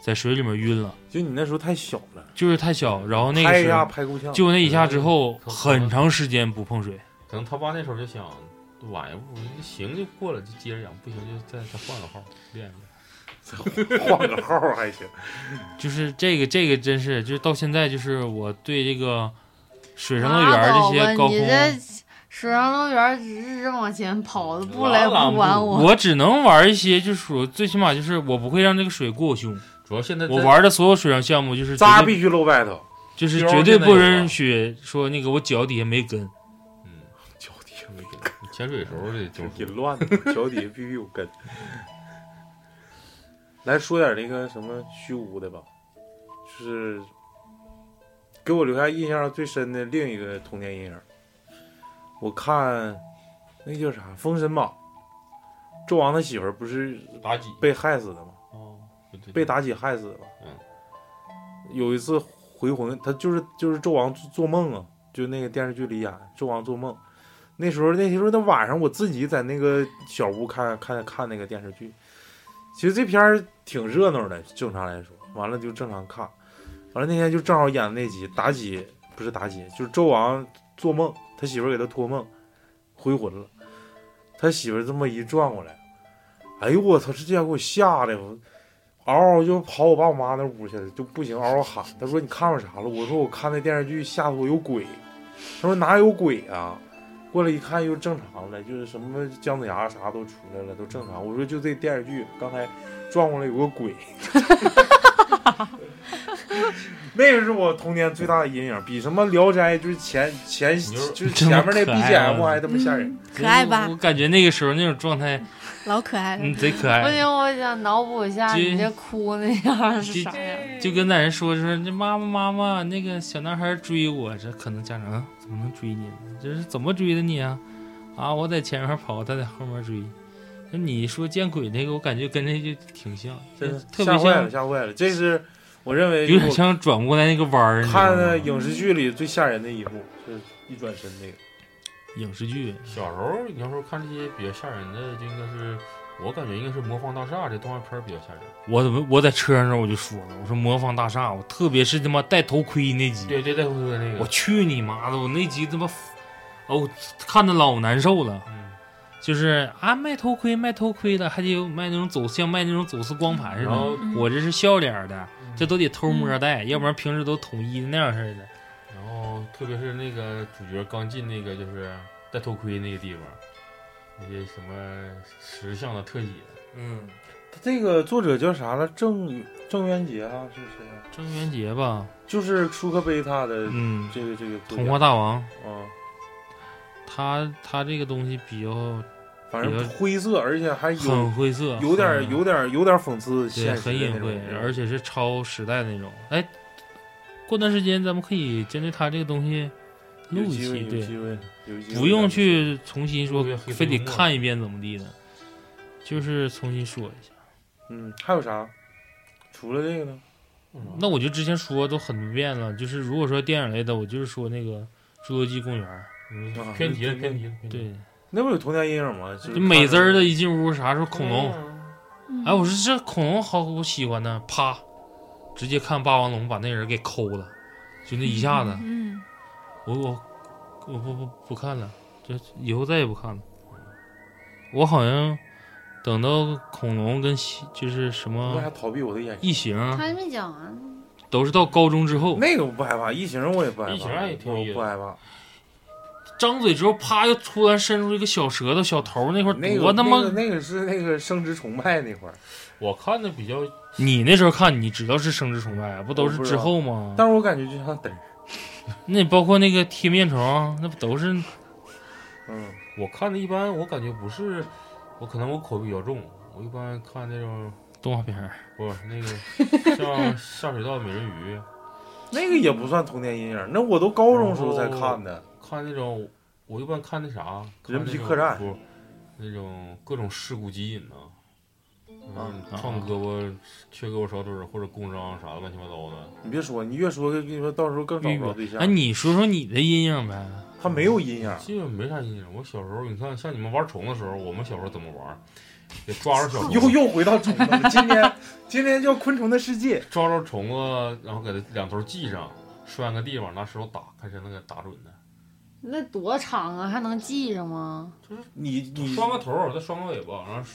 在水里面晕了，
就你那时候太小了，
就是太小。然后那
拍
个
一
时候
下拍够呛。
就那一下之后，
嗯
很长时间不碰水。
可能他爸那时候就想晚一步，行就过了，就接着养，不行就再再换个号练练。
换个号 儿还行。
就是这个这个真是，就是到现在就是我对这个水上乐
拉
园
倒
这
吧，
些高
你这
空，
水上乐园直直往前跑，不来
拉拉
不管我。
我只能玩一些，就是说最起码就是我不会让这个水过我胸。
主要现在
我
在
玩的所有水上项目就是绝
渣
对
必须露 battle，
就是
标
绝对
现在有
不
了
允许说那个我脚底下没跟。
嗯
脚底下没
潜水时候的就
根，
是
挺乱的，脚底下必须有根。来说点那个什么虚无的吧，就是给我留下印象最深的另一个童年阴影。我看那叫啥《封神榜》，纣王他媳妇儿不是
妲己
被害死的吗？
哦，对对
被妲己害死的吧？
嗯。
有一次回魂，他就是就是纣王做做梦啊，就那个电视剧里演纣王做梦。那时候那时候那晚上我自己在那个小屋看看看那个电视剧，其实这片儿挺热闹的，正常来说，完了就正常看，完了那天就正好演的那集妲己不是妲己，就是纣王做梦，他媳妇儿给他托梦，回魂了，他媳妇儿这么一转过来，哎呦我操，这下给我吓的，我嗷嗷就跑我爸我妈那屋去了，就不行，嗷嗷喊。他说你看着啥了？我说我看那电视剧吓得我有鬼。他说哪有鬼啊？过来一看又正常了，就是什么姜子牙啥都出来了，都正常。我说就这电视剧刚才转过来有个鬼。 那个是我童年最大的阴影，比什么《聊斋》就是前前
你就是
就是前面那
这么可爱
BGM
啊
还他妈吓人。
可爱吧
我？我感觉那个时候那种状态，
老可爱了。
嗯，贼可
哎
不
爱，
行，我想脑补一下
这
你这哭那样是
这
啥样。
就跟那人说，就说这妈妈妈妈，那个小男孩追我，这可能家长啊怎么能追你呢？这是怎么追的你啊？啊，我在前面跑，他在后面追。那你说见鬼那个，我感觉跟这就挺像，
真的
特
吓
别
坏了，
像，
吓坏了！这是我认为
有点
我
像转过来那个弯儿。你知道
看
吗
的影视剧里最吓人的一幕，就是一转身那个。
影视剧，
小时候你要说看这些比较吓人的，就应该是我感觉应该是《魔方大厦》这动画片儿比较吓人。
我怎么我在车上我就说了，我说魔方大厦，我特别是他妈戴头盔那集，
对对对，对那个
我去你妈的！我那集他妈，哦，看的老难受了。
嗯，
就是啊，卖头盔卖头盔的，还得有卖那种走像卖那种走私光盘似
然
哦
的。
后
嗯
我这是笑脸的，这都得偷摸
嗯
戴，要不然平时都统一那样似的。
然后特别是那个主角刚进那个就是戴头盔那个地方，那些什么石像的特写，
嗯，
他这个作者叫啥了？郑郑渊洁啊，是谁啊？
郑渊洁吧，
就是舒克贝塔的
嗯，
这个这个作家
童话大王，
啊，
他他这个东西比较
反正
比较
灰色，而且还有
很晦涩，
有点
很
有点有点讽刺
对，
现实
很
的
隐
那种
晦
人，
而且是超时代那种。哎，过段时间咱们可以针对他这个东西录
有
一
机
期，
会有
对，
机会有机会，
不用去重新说
特别，黑色
非得
幽默
看一遍怎么地的，就是重新说一下。
嗯，还有啥？除了这个呢？
那我就之前说都很多遍了，就是如果说电影类的，我就是说那个《侏罗纪公园》，
嗯
啊
偏题了偏题了，偏题了
对，
那不有童年阴影吗？
嗯
就美滋儿
儿
的一进屋，啥时候恐龙？
嗯
哎，我说这恐龙好我喜欢呢，啪，直接看霸王龙把那人给抠了，就那一下子，
嗯，
我我我不不不看了，这以后再也不看了。我好像等到恐龙跟西就是什
为啥
么
逃避我的眼睛？
异形
他
啊，
还没讲完，
都是到高中之后，
那个我不害怕，异形我也不害怕，
哦异形也挺有意思
我不害怕。
张嘴之后，啪，又突然伸出一个小舌头、小头那块
那
儿，多
个
他
那个
妈！
那个是那个生殖崇拜那块儿，
我看的比较
你那时候看，你知道是生殖崇拜啊，不都是之后吗？
但是我感觉就像
哦
嘚儿，
那包括那个贴面虫，那不都是？
嗯，
我看的一般，我感觉不是，我可能我口味比较重，我一般看那种
动画片儿，
不是那个像下水道美人鱼，
那个也不算童年阴影，那我都高中时候才
哦
看的。
看那种我一般看那啥看
人皮
那种
客栈
不那种各种事故集锦呐、
啊
嗯，撞胳膊、缺胳膊少腿儿或者工伤啥的乱七八糟的，
你别说，你越说跟你说，到时候更找不着对象
哎，。你说说你的阴影呗？
他没有阴影，
基本没啥印象。我小时候你看，像你们玩虫的时候，我们小时候怎么玩？也抓着小虫
又又回到虫子了。今天今天叫昆虫的世界，
抓着虫子，然后给它两头系上，拴个地方，拿石头打，看谁能给打准的。
那多长啊，还能记着吗？
你你
拴个头儿，再拴个尾巴，然后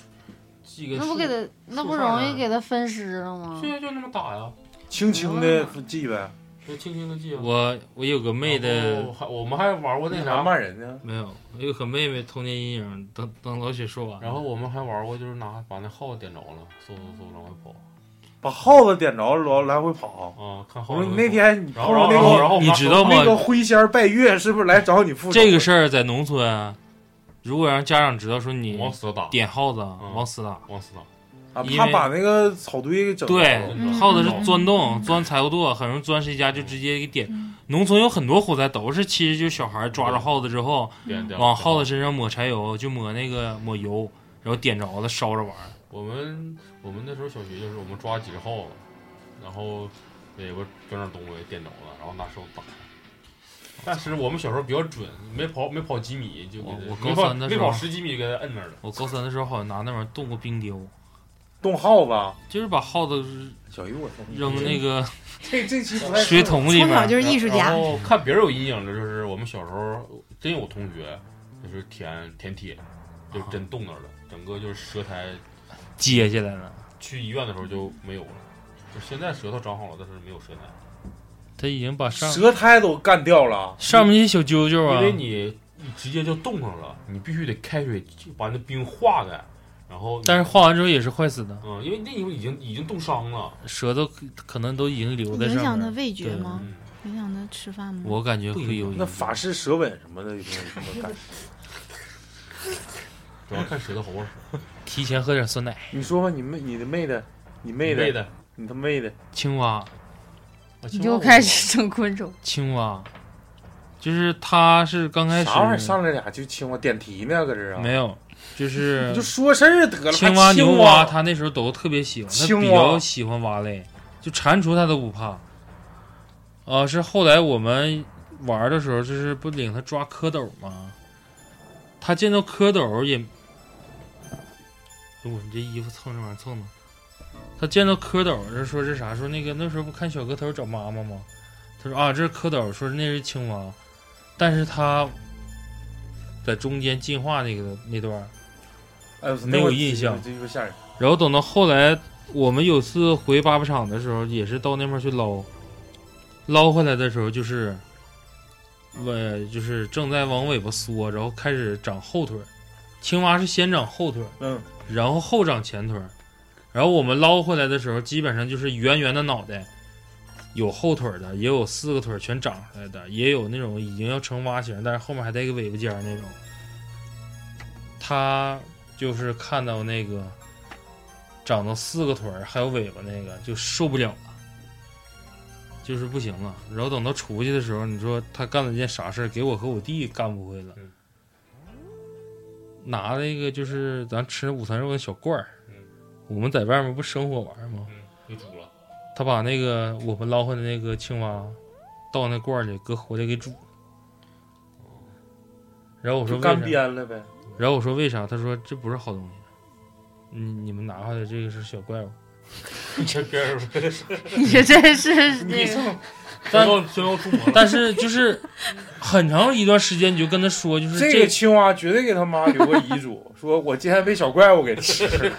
记个
那不给
数
他，那
树
不
上
容易
啊
给他分尸了吗？
对呀，就那么打呀，
轻轻的
啊
记呗，
就轻轻的记啊。
我我有个妹
然后
的
还我们还玩过那
干
啥
嘛，骂人呢？
没有，我有个妹妹童年阴影。等等老雪说完，
然后我们还玩过，就是拿把那耗子点着了，嗖嗖嗖往外跑
把耗子点着，老来回跑。
啊，看
我
耗
说
子。
你那天你碰
然后
着
然后
那
然
个
后
你知道
那个
吗？
灰仙儿拜月，是不是来找你复仇？
这个事儿在农村啊，如果让家长知道说你
往死了打，
点耗子啊，
嗯
往死打。
往死打，
啊，
因为
怕把那个草堆给整
对
着了
嗯
耗子是钻洞、钻财务垛，很容易钻谁家就直接给点。农村有很多火灾都是，其实就是小孩抓着耗子之后，
点点
往耗子。身上抹柴油，就抹那个抹油，然后点着了烧着玩儿。
我们我们那时候小学就是我们抓几个耗子，然后有个整点东西点着了，然后拿手打。但是我们小时候比较准，没跑没跑几米就给它
我我
没
高
跑
三的时
没
候
跑十几米就给他摁那儿了。
我高三的时候好像拿那玩意儿动过冰雕，
冻耗子。
就是把耗子
小玉，我操你
扔那个
这这期不太
水桶里
从小
面，
就是艺术
然
家，
后看别人有阴影的，就是我们小时候真有同学就是舔舔铁，就
啊
真冻那儿了，整个就是舌苔。
接下来了，
去医院的时候就没有了，就现在舌头长好了，但是没有舌苔。
他已经把上
舌苔都干掉了。
上面那些小揪揪啊
因，为你你直接就冻上了，你必须得开水就把那冰化开，然后
但是化完之后也是坏死的，
嗯，因为那时候已经已经冻伤
啊
了，
舌头可可能都已经留在
影
上
响他
面。
味觉
对
吗？
嗯，
影响他吃饭吗？
我感觉会有
那法式舌吻什么的有没有什么感觉？
主要看舌头猴儿，
提前喝点酸奶，
你说吧，你妹，你的妹的，你妹
累
的，
的，
你他妹的，
青蛙。
啊
你
青蛙
就
我
开始整昆虫，
青蛙，就是他是刚开始
啥玩意儿上来俩就青蛙点题呢？搁这儿啊？
没有，就
你
是
就说事儿得了。
青
蛙、
牛
青
蛙，他那时候都特别喜欢，他
青
比
蛙
较喜欢蛙类，就蟾蜍他都不怕。啊、是后来我们玩的时候，就是不领他抓蝌蚪吗？他见到蝌蚪也，哎我你这衣服蹭这玩意儿蹭的。他见到蝌蚪，就说是啥？说那个那时候不看小蝌蚪找妈妈吗？他说啊，这是蝌蚪，说那是青蛙，但是他在中间进化那个那段儿，
哎呦，
没有印象
这就吓人。
然后等到后来，我们有次回八八厂的时候，也是到那边去捞，捞回来的时候就是，呃，就是正在往尾巴缩，然后开始长后腿儿。青蛙是先长后腿，
嗯，
然后后长前腿儿。然后我们捞回来的时候，基本上就是圆圆的脑袋，有后腿儿的，也有四个腿儿全长出来的，也有那种已经要成蛙形，但是后面还带一个尾巴尖儿那种。他就是看到那个长到四个腿儿还有尾巴那个就受不了了，就是不行了。然后等到出去的时候，你说他干了件啥事儿，给我和我弟干不会了
嗯。
拿了一个就是咱吃午餐肉的小罐儿
嗯，
我们在外面不生火玩儿吗？
嗯给煮 了，
他把那个我们捞回来那个青蛙倒那罐儿里，搁火里给煮了。然后我说
就
为
干
啥
煸了呗。
然后我说为啥？他说这不是好东西，你你们拿回来这个是小怪物。
这边儿
你这是
你
那
这
个
全要全要出魔了，
但是就是很长一段时间，你就跟他说，就是
这个青蛙绝对给他妈留个遗嘱，说我今天被小怪物给吃了，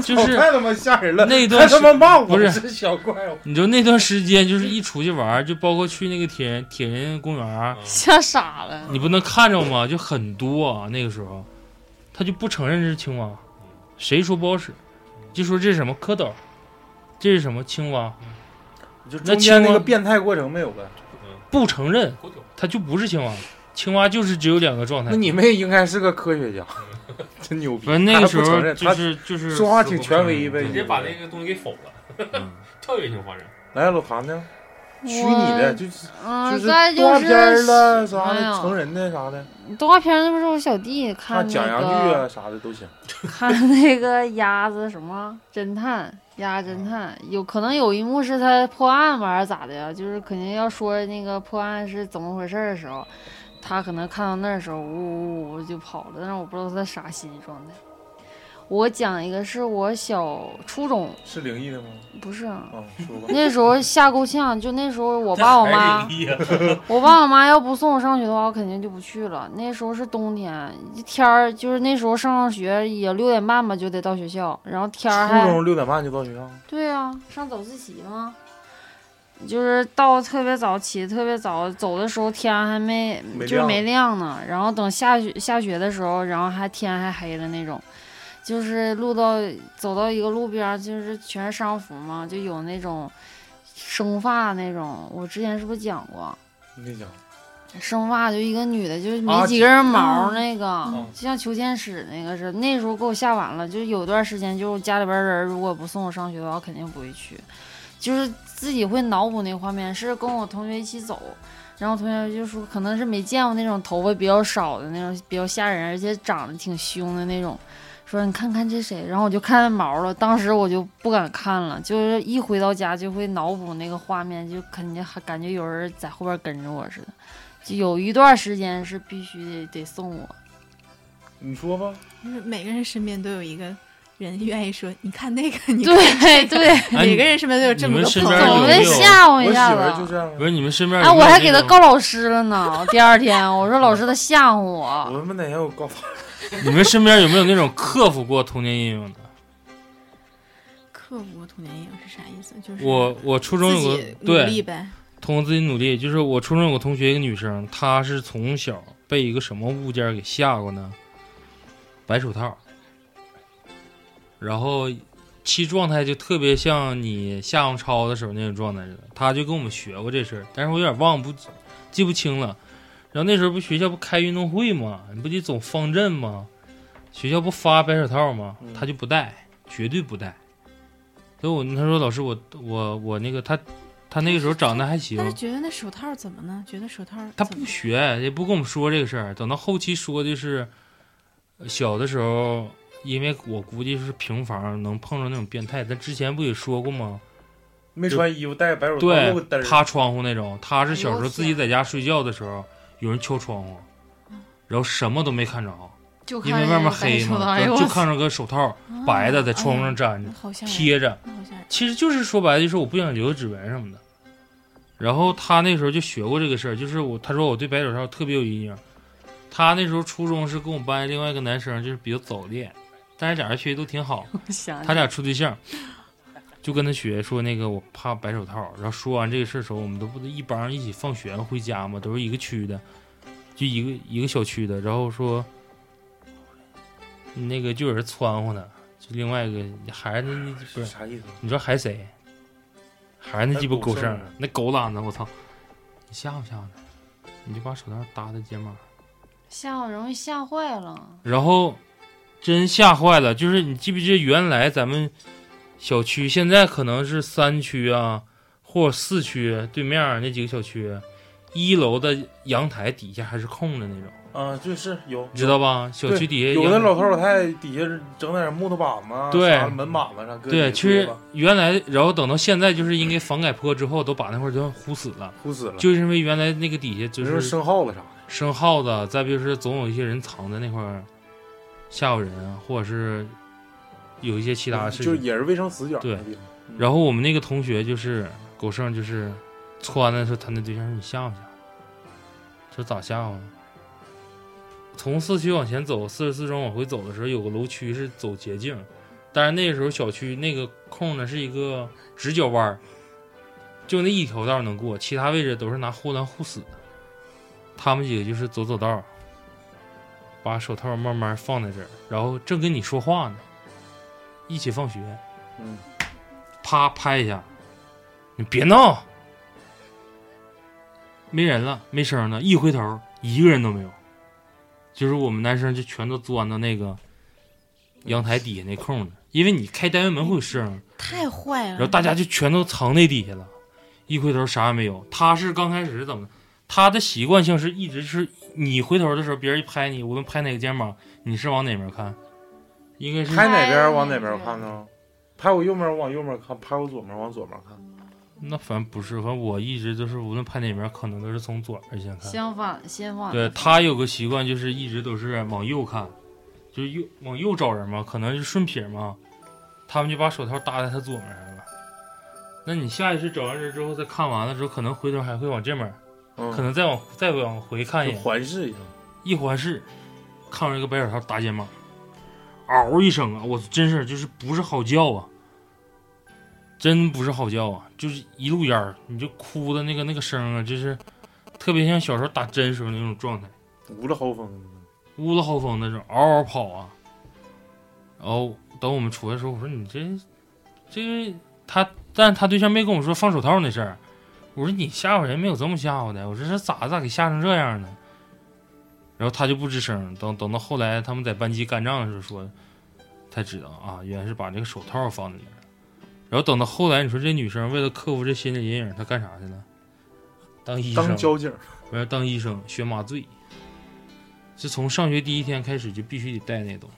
就
我
是
太他妈吓人了。
那
还
段
他
时，
妈骂我
不是
是小怪物，
你知道那段时间就是一出去玩儿，就包括去那个铁人铁人公园儿，
吓傻了。
你不能看着吗？就很多啊，那个时候，他就不承认这是青蛙，谁说不好使，就说这是什么蝌蚪，这是什么青蛙，
就
那
中间那
青蛙
个变态过程没有呗？
不承认
狗屌
它就不是青蛙，青蛙就是只有两个状态
那。你妹应该是个科学家， 真牛逼。
不是那个时
他不
候
承认
就
他
是就是
说话挺权威呗
直接把那个东西给否了，
嗯
跳跃性发展。
来老韩呢？
我
虚拟的，就是
嗯，
是
再
动
就
画片儿
是
了啥
哎
的，
呀
成人的啥的，
动画片儿，那不是我小弟
看
看
讲
那
洋剧
个
啊啥的都行。
看那个鸭子什么侦探鸭侦探，有可能有一幕是他破案吧，还是咋的呀？就是肯定要说那个破案是怎么回事儿的时候，他可能看到那儿的时候，呜呜呜就跑了，但是我不知道他啥心理状态。我讲一个是我小初中，
是灵异的吗？
不是
啊，说吧。
那时候吓够呛，就那时候我爸我妈
还。灵异啊
我爸我妈要不送我上学的话，我肯定就不去了。那时候是冬天，天儿就是那时候上学也六点半吧就得到学校，然后天儿
初
还
中六点半就到学校，
对啊，上早自习嘛，就是到特别早起，特别早走的时候天还没
没
就是
亮
没亮呢，然后等下雪下雪的时候，然后还天还黑了那种。就是路到走到一个路边儿，就是全是商服嘛，就有那种生发那种。我之前是不是讲过？
没讲。
生发就一个女的，就是
啊
没几根毛儿那个，
嗯
就像求天使那个似的。那时候给我吓完了，就是有段时间，就是家里边人如果不送我上学的话，我肯定不会去，就是自己会脑补那个画面，是跟我同学一起走。然后同学就说，可能是没见过那种头发比较少的那种，比较吓人，而且长得挺凶的那种。说你看看这谁，然后我就看见毛了，当时我就不敢看了，就是一回到家就会脑补那个画面，就肯定还感觉有人在后边跟着我似的。就有一段时间是必须得得送我，
你说吧，
就是每个人身边都有一个人愿意说，你看那个，你看
对对，
哎
每个人身边都有这么
你
个
们身
朋
边有
总
友
没。
得吓我
我
一
媳妇
下
儿就
子。
这样
不。是你们身边
哎，
有没
我
有
还
那
给他
种
告老师了呢。第二天我说老师他吓唬
我
我，
他妈哪天我告诉
你们身边有没有那种克服过童年阴影的？
克服童年阴影是啥意思？就是
我我初中
自
有个
己努
对，
力呗，
通过自己努力，就是我初中有个同学，一个女生，她是从小被一个什么物件给吓过呢？白手套，然后其状态就特别像你下洋超的时候那种状态似的。她就跟我们学过这事儿，但是我有点忘不记不清了。然后那时候不学校不开运动会吗？你不得总方阵吗？学校不发白手套吗？
嗯
他就不戴，绝对不戴。所以我他说老师我我我那个他他那个时候长得还行
但，是觉得那手套怎么呢？觉得手套
他
怎么
不学也不跟我们说这个事儿。等到后期说的是呃小的时候，因为我估计是平房能碰上那种变态，咱之前不也说过吗？
没穿衣服戴个白手套
对
露个嘚，儿，
趴窗户那种。他是小时候自己在家睡觉的时候，有人敲窗户，
嗯
然后什么都没看着，
就
因为外面黑
哎
哎
嘛，就就看着个手套
啊
白的在窗户上粘
哎呀
着
好吓人，
贴着，
那好吓人。
其实就是说白了就是我不想留指纹什么的。然后他那时候就学过这个事儿，就是我他说我对白手套特别有阴影。他那时候初中是跟我班另外一个男生就是比较早恋，但是俩人学习都挺好，
想
他俩处对象，就跟他学说那个我怕白手套，然后说完这个事儿的时候，我们都不得一帮一起放学回家嘛，都是一个区的，就一个一个小区的，然后说那个就有人撺掇他，就另外一个还是那那不是
啥意思？
你说还谁？还是那鸡巴狗剩儿，那狗懒子，我操！你吓唬吓唬他，你就把手套搭在肩膀上，
吓我容易吓坏了。
然后真吓坏了。就是你记不记得原来咱们小区，现在可能是三区啊，或者四区对面儿那几个小区，一楼的阳台底下还是空着那种，
啊，就是有
你知道吧？小区底下
有的
阳
老头老太太底下整点木头板子，
对
啥门板子啥，搁
对，
底
其
下堆
实
吧
原来，然后等到现在，就是因为房改坡之后，都把那块儿都糊死了，
哭死了，
就是因为原来那个底下就
你说
是
生耗子啥的，
生耗子，再不就是总有一些人藏在那块儿吓唬人啊，或者是有一些其他事
就是
情。
也是卫生死角
对
那地方。嗯
然后我们那个同学就是狗剩，就是穿的时候，他那对象说你吓唬吓唬，说咋吓唬呢？从四区往前走，四十四中往回走的时候，有个楼区是走捷径，但是那个时候小区那个空呢是一个直角弯儿，就那一条道能过，其他位置都是拿护栏护死的。他们几个就是走走道儿，把手套慢慢放在这儿，然后正跟你说话呢，一起放学，
嗯，
啪拍一下，你别闹，没人了，没声儿了，一回头一个人都没有，就是我们男生就全都钻到那个阳台底下那空了，因为你开单元门会有声儿。
太坏了。
然后大家就全都藏那底下了，一回头啥也没有。他是刚开始是怎么的？他的习惯性是一直是你回头的时候，别人一拍你，无论拍哪个肩膀，你是往哪边看？应该是
拍哪边儿往哪边儿看呢？拍我右面儿我往右面儿看，拍我左面儿往左面儿看。
那反正不是，反正我一直都是无论拍哪边，可能都是从左边先看。
相反，先反
对他有个习惯，就是一直都是往右看，就是右往右找人嘛，可能是顺撇嘛，他们就把手套搭在他左面上了。那你下意识找完人之后，再看完了之后，可能回头还会往这面儿，
嗯
可能再往再往回看一
就
眼，
环视一下，
一环视，看着一个白手套搭肩膀，嗷一声啊！我真是就是不是好叫啊，真不是好叫啊，就是一路烟儿，你就哭的那个那个声啊，就是特别像小时候打针时候那种状态，
无了豪风。
屋子后风那种，嗷嗷跑啊。然后等我们出来的时候，我说你这这个他，但他对象没跟我说放手套那事儿。我说你吓唬人没有这么吓唬的，我说这咋咋给吓成这样呢？然后他就不吱声。等等到后来他们在班级干仗的时候说，才知道啊，原来是把这个手套放在那儿。然后等到后来，你说这女生为了克服这心理阴影，她干啥去了？当医生
当。交警，
我要当医生学麻醉，是从上学第一天开始就必须得带那东西，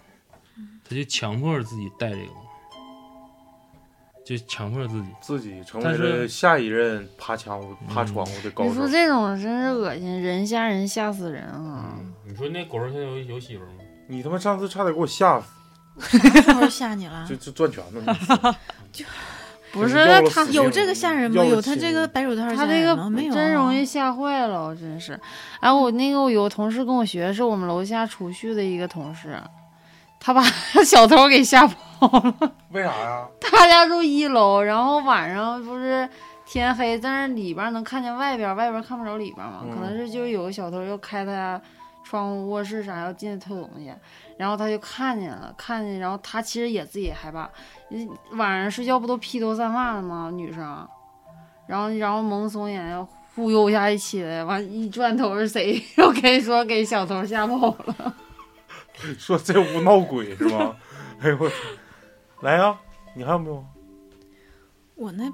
他就强迫着自己带这个东西，就强迫着自己。
自己成
但
为
是嗯
了下一任爬墙爬窗户的高
你
手
说。这种真是恶心，人吓人吓死人啊！
嗯
你说那狗剩下有有媳妇吗？
你他妈上次差点给我吓死，
时候吓你了
就？就转圈子，
不是
要了
他
死
啊有这个吓人吗？
要了
有他
亲
这个白手套吓
他这个
人吗没有啊，嗯
真容易吓坏了，我真是。哎，我那个我有个同事跟我学，是我们楼下储蓄的一个同事，他把 小偷给吓跑了。
为啥呀？
他家住一楼，然后晚上不是天黑，但是里边儿能看见外边儿，外边儿看不着里边儿嘛。
嗯
可能是就是有个小偷要开他家窗户、卧室啥要进去偷东西，然后他就看见了，看见，然后他其实也自己也害怕，嗯晚上睡觉不都披头散发的吗？女生，然后然后蒙怂眼要忽悠一下一起来，完一转头是谁， 然后跟你说给小偷吓跑了。
说这屋闹鬼是吗？ 哎呦我操，来呀、你还有没有？
我那，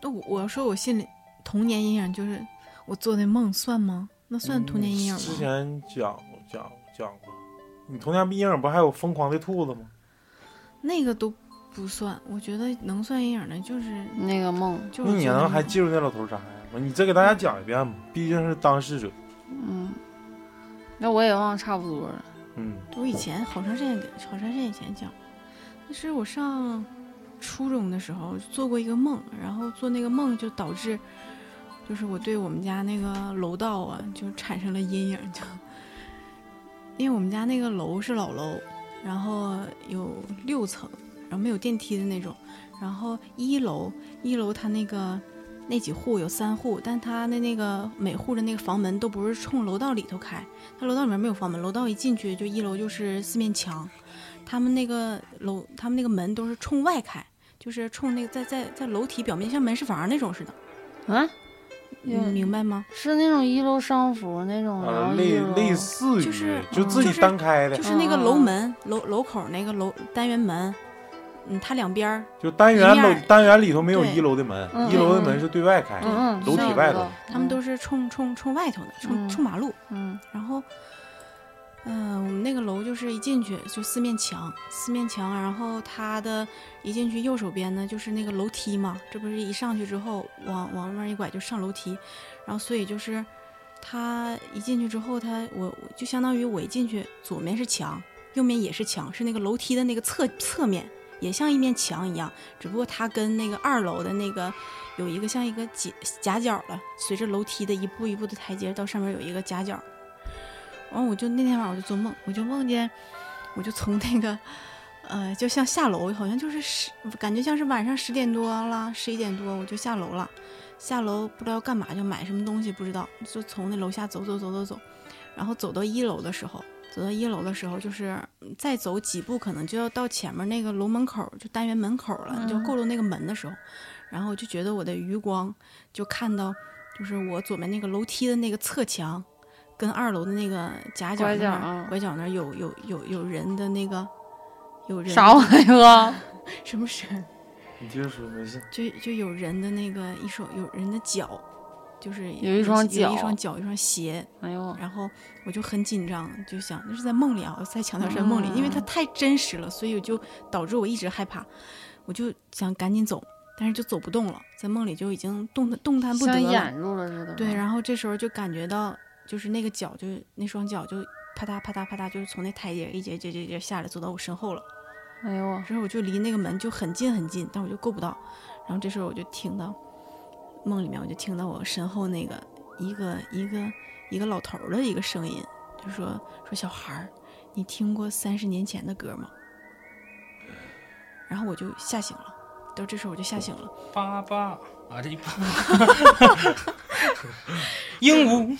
那我我说我心里童年阴影就是我做的梦算吗？那算童年阴影
嗯之
吗？
前讲讲讲过，你童年阴影不还有疯狂的兔子吗？
那个都不算，我觉得能算阴影的就是
那个梦，
就
那
是
你
做的
能还
梦啊
记住那老头啥呀？你再给大家讲一遍吧，毕竟是当事者。
嗯，那我也忘得差不多了。
嗯，
我以前好长时间，好长时间以前讲，那是我上初中的时候做过一个梦，然后做那个梦就导致，就是我对我们家那个楼道啊就产生了阴影，就因为我们家那个楼是老楼，然后有六层，然后没有电梯的那种，然后一楼一楼它那个。那几户有三户，但它的那个每户的那个房门都不是冲楼道里头开，它楼道里面没有房门，楼道一进去就一楼就是四面墙，他们那个楼，他们那个门都是冲外开，就是冲那个在在在楼体表面像门市房那种似的，
啊，
你
嗯
明白吗？
是那种一楼商服那种，然
啊，
后一
类
楼
类似于
哦哎就是嗯
自己
就是
单开的
就，是那
哦
个楼门楼楼口那个楼单元门，嗯，它两边儿
就单元
一面
楼
儿
单元里头没有
对
一楼的门，
嗯
一楼的门是对外开的，
嗯嗯，
楼体外头，
他们都
是
是冲冲冲外头的，冲
嗯
冲马路，
嗯
然后，嗯、我们那个楼就是一进去就四面墙，四面墙，然后它的一进去右手边呢就是那个楼梯嘛，这不是一上去之后往往那儿一拐就上楼梯，然后所以就是它一进去之后，它我我就相当于我一进去左面是墙，右面也是墙，是那个楼梯的那个侧侧面。也像一面墙一样，只不过它跟那个二楼的那个有一个像一个夹夹角了，随着楼梯的一步一步的台阶到上面有一个夹角，然后我就那天晚上我就做梦，我就梦见，我就从那个，呃，就像下楼，好像就是十，感觉像是晚上十点多了，十一点多我就下楼了，下楼不知道要干嘛，就买什么东西不知道，就从那楼下走走走走走，然后走到一楼的时候，走到一楼的时候，就是嗯再走几步可能就要到前面那个楼门口，就单元门口了，就够到那个门的时候，然后我就觉得我的余光就看到，就是我左边那个楼梯的那个侧墙。跟二楼的那个夹角
拐
那
角
儿
啊，
拐角那儿有有有有人的那个，有人
啥玩意儿啊？
什么声儿？
你接着说没事。
就就有人的那个一手有人的脚，就是
有一双
有一
脚
双脚，一双鞋。
哎呦，
然后我就很紧张，就想那是在梦里啊，我再强调是在梦
嗯
里，因为它太真实了，所以我就导致我一直害怕，我就想赶紧走，但是就走不动了，在梦里就已经动弹动弹不得
像
了。
掩住了似的。
对，然后这时候就感觉到，就是那个脚就那双脚就啪嗒啪嗒啪嗒，就是从那台阶一节节节节下来，走到我身后了。
哎呦，
之后我就离那个门就很近很近，但我就够不到。然后这时候我就听到梦里面，我就听到我身后那个一个一个一个老头儿的一个声音，就说说小孩儿，你听过三十年前的歌吗？然后我就吓醒了，到这时候我就吓醒了。
爸爸啊，这一爸，鹦鹉，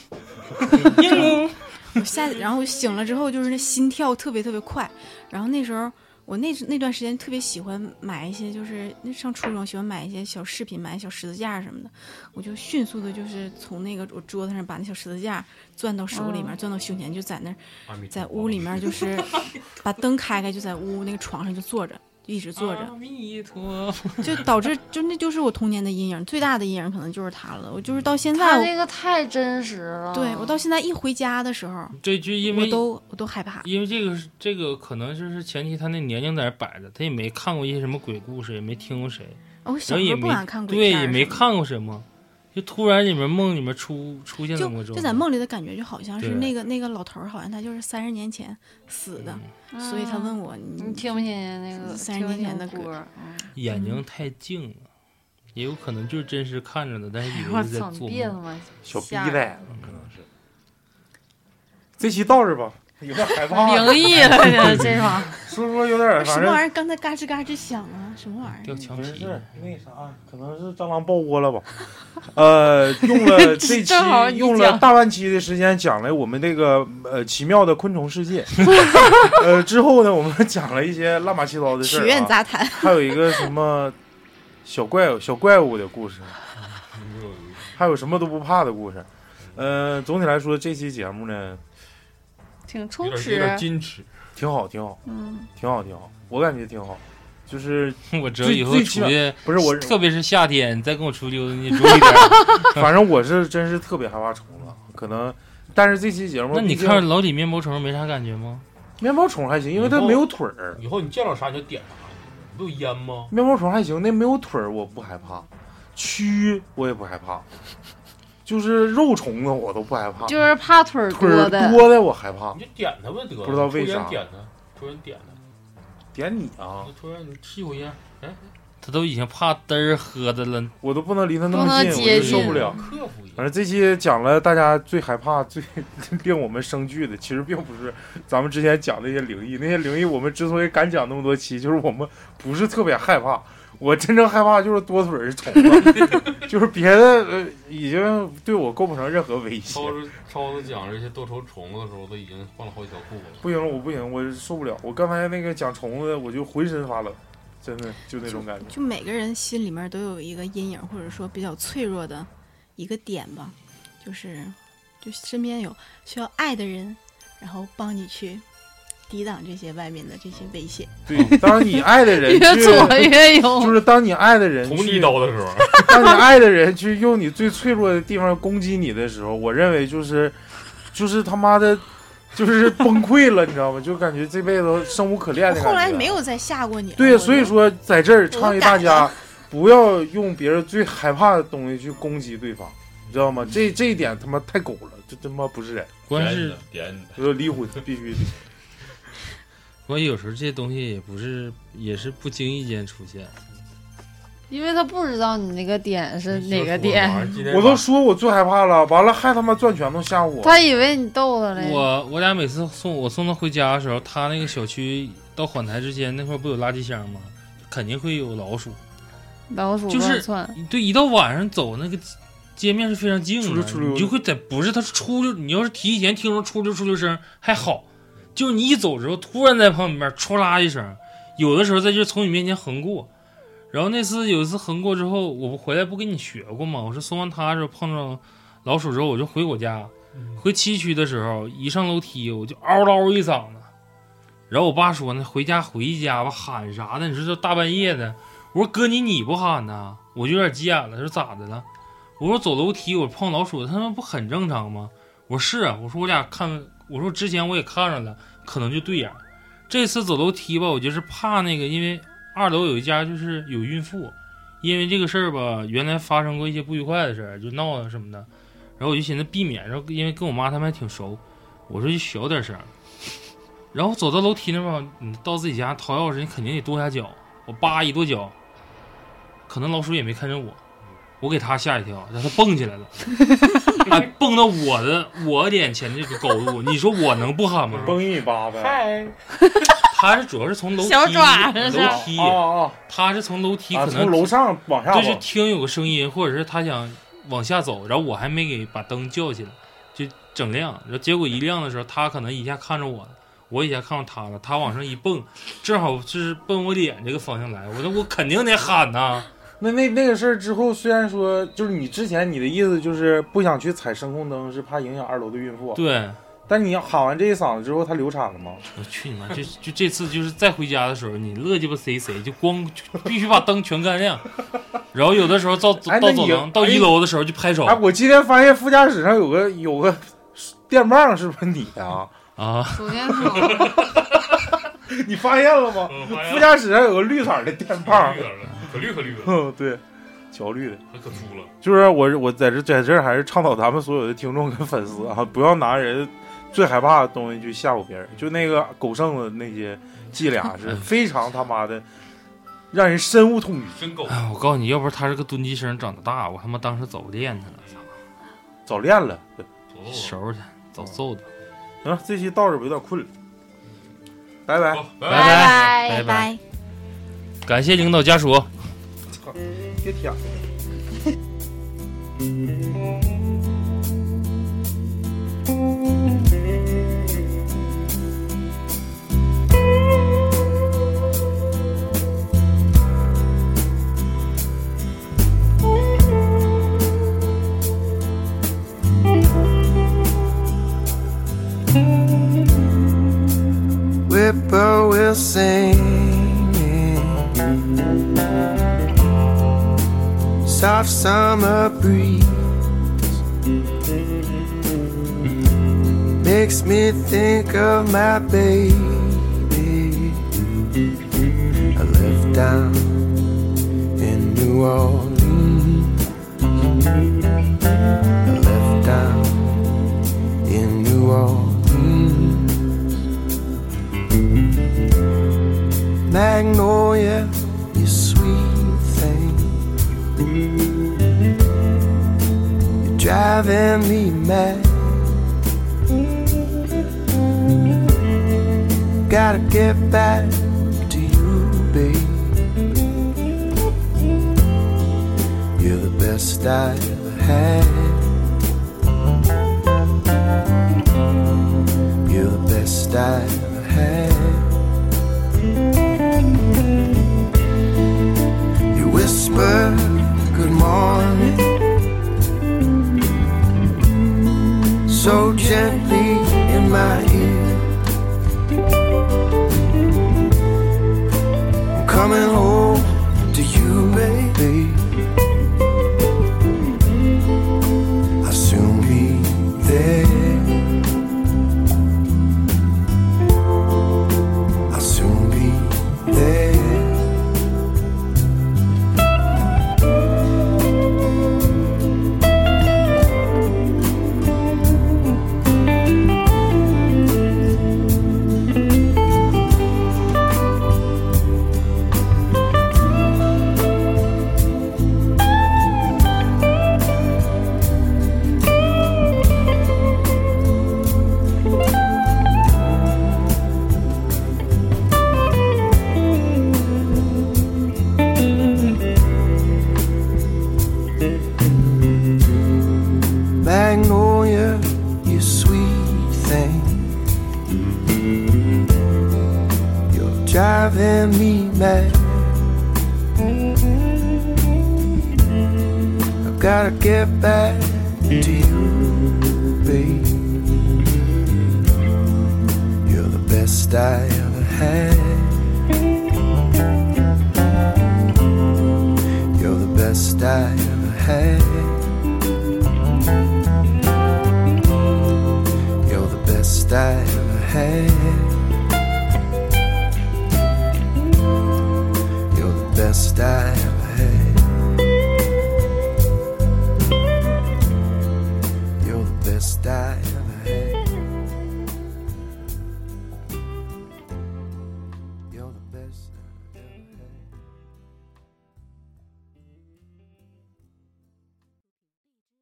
鹦鹉，
我下，然后醒了之后就是那心跳特别特别快，然后那时候我那那段时间特别喜欢买一些，就是那上初中喜欢买一些小饰品，买小十字架什么的，我就迅速的就是从那个我桌子上把那小十字架攥到手里
嗯
面，攥到胸前，就在那儿
阿弥陀
在
佛
屋里面 就是 把灯开开，就在屋那个床上就坐着。就一直坐着，
阿弥陀佛，
就导致就那就是我童年的阴影，最大的阴影可能就是它了。我就是到现在
他
我，
这个太真实了。
对我到现在一回家的时候，
这就因
我
为
都我都害怕。
因为这个是这个可能就是前期他那年龄在那摆着，他也没看过一些什么鬼故事，也没听过谁，
哦我
然
小
后
时
也
候不
没
敢看鬼
对，
片儿
也没
什么的
看过什么，就突然里面梦里面出出现那
就
么个状
就
态，
在梦里的感觉就好像是
对
那个那个老头儿，好像他就是三十年前死的，
嗯
所以他问我
你
你
听不听见那个
三十年前的歌
听不听歌？嗯
眼睛太静了，也有可能就是真实看着的，但是以
哎我
为是在
操，
做
别他
梦。
妈
小逼
吓人
赖，可能是。这期到这儿吧，有点害怕了，
灵异了，这这玩意儿
说说有点儿，
什
反
么玩意
正
儿？刚才嘎吱嘎吱响啊，什么玩意
掉
儿？
墙
不
皮，
是那啥，可能是蟑螂爆窝了吧？ 呃，用了这期
正好你
用了
讲
大半期的时间讲了我们这个呃奇妙的昆虫世界， 呃之后呢，我们讲了一些乱八七糟的事
曲
儿、
苑
啊，
杂谈，
还有一个什么小怪物小怪物的故事， 还有什么都不怕的故事。呃，总体来说，这期节目呢
挺
有
充
点有
实。
点矜持，
挺好，挺好，
嗯，
挺好，挺好，我感觉挺好。就是
我只有以后
最最起
出
码
去，
不是我，
特别是夏天，你再跟我出去溜达， 你注意点儿。
反正我是真是特别害怕虫子，可能。但是这期节目，
那你看老李面包虫没啥感觉吗？
面包虫还行，因为它没有腿儿。
以后你见着啥你就点啥，不有烟吗？
面包虫还行，那没有腿儿我不害怕，蛆我也不害怕，就是肉虫子我都不害怕，
就是怕腿儿
腿儿
的。
多的我害怕
你。就点它呗，得了
不知道为
抽
啥
烟点它，抽烟点它，
点你啊
你，抽烟你吸口烟，哎，
他都已经怕嘚儿喝的了，
我都不能离它那
不
么
能
近，
接
我就受
近
不了。
克服一下
反。正这期讲了大家最害怕、最 令我们生惧的，其实并不是咱们之前讲的那些灵异，那些灵异我们之所以敢讲那么多期，就是我们不是特别害怕。我真正害怕就是多腿儿虫子， 就是别的呃已经对我构不成任何威胁。
超子超子讲这些多愁虫子的时候，都已经换了好几条裤子了。
不行了，我不行，我受不了。我刚才那个讲虫子，我就浑身发冷，真的就那种感觉。
就每个人心里面都有一个阴影，或者说比较脆弱的一个点吧，就是就身边有需要爱的人，然后帮你去抵挡这些外面的这些威胁。
对，当你爱的人
越
去，
左越
就
有，
是当你爱的人
捅你
去
一刀的时候，
当你爱的人去用你最脆弱的地方攻击你的时候，我认为就是，就是他妈的，就是崩溃了，你知道吗？就感觉这辈子生无可恋的感觉。
后来没有再吓过你了。
啊对，
我
所以
就
说在这儿倡议大
我
家，不要用别人最害怕的东西去攻击对方，你知道吗？这这一点他妈太狗了，这他妈不是人。
关键是
点你的，
我说离婚必须得，
关键有时候这些东西也不是也是不经意间出现。
因为他不知道你那个点是呃哪个点，
点
我都说我最害怕了，完了还他妈攥拳头吓我。
他以为你逗他嘞。
我我俩每次送我送他回家的时候，他那个小区到缓台之间那块儿不有垃圾箱吗？肯定会有老鼠。
老鼠
就是
乱窜，
对，一到晚上走那个街街面是非常静
出
的，
溜出溜
你就会在不是它出溜，你要是提前听着出溜出溜声还好，就是你一走之后，突然在旁边唰啦一声，有的时候在就从你面前横过。然后那次有一次横过之后，我不回来不跟你学过吗？我是送完他之后碰上老鼠之后，我就回我家，
嗯
回七区的时候，一上楼梯我就嗷嗷一嗓子。然后我爸说呢，回家回家吧，喊啥呢？你说这大半夜的，我说哥你你不喊呐？我就有点急眼了，说咋的了？我说走楼梯我碰老鼠，他们不很正常吗？我说是啊，我说我俩看，我说之前我也看着了，可能就对眼儿。这次走楼梯吧，我就是怕那个，因为二楼有一家就是有孕妇，因为这个事儿吧，原来发生过一些不愉快的事儿，就闹啊什么的。然后我就寻思避免，然后因为跟我妈他们还挺熟，我我说就小点声儿，然后走到楼梯那边，你到自己家掏钥匙，你肯定得跺下脚。我叭一跺脚，可能老鼠也没看着我，我给它吓一跳，让它蹦起来了，还蹦到我的我脸前这个高度，你说我能不喊吗？
崩一巴呗。
嗨，
它是主要是从楼梯，
小爪子是吧
楼梯，
啊
它是从楼梯
啊！
可能
从楼上往下
就是
跑，
听有个声音，或者是他想往下走，然后我还没给把灯叫起来，就整亮。然后结果一亮的时候，他可能一下看着我了，我一下看着他了，他往上一蹦，正好就是奔我脸这个方向来，我说我肯定得喊呐、
那那那个事儿之后，虽然说就是你之前你的意思就是不想去踩声控灯，是怕影响二楼的孕妇，啊
对，
但你喊完这一嗓子之后，她流产了吗？
我去你妈！就就这次就是再回家的时候，你乐鸡巴谁谁就光就必须把灯全干亮，然后有的时候到
哎
到
那
走
你
廊到
哎
一楼的时候就拍手
哎，我今天发现副驾驶上有个有个电棒，是不是你啊？
啊，
昨天说
你发现了吗？副驾驶上有个绿色儿的电
嗯
棒，
可绿可绿了，
嗯，对，乔绿的。
可粗了。
就是我我在这在这儿还是倡导咱们所有的听众跟粉丝啊，不要拿人最害怕的东西去吓唬别人。就那个狗剩的那些伎俩是非常他妈的让人深恶痛绝。
真狗，
哎，我告诉你，要不是他是个蹲鸡生长得大，我他妈当时早练他了，操！
早恋了，对
哦
收拾他，早揍他。
行，这期到这吧，有点困了，拜拜。
好，拜
拜
拜。
拜
拜
拜拜，感谢领导家属。
别舔了。
Whippoorwill singing, soft summer breeze makes me think of my baby. I left down in New Orleans. I left down in New Orleans. Magnolia, you sweet thing. You're driving me mad. Gotta get back to you, babe. You're the best I ever had. You're the best I ever had. You whisper good morning so gently in my ear. I'm coming home to you, baby. I'll soon be there. I'll soon be there. Magnolia, you sweet thing. You're driving me mad. I've gotta get back to you, babe. You're the best I ever had. You're the best I ever had. You're the best I ever had. You're the best I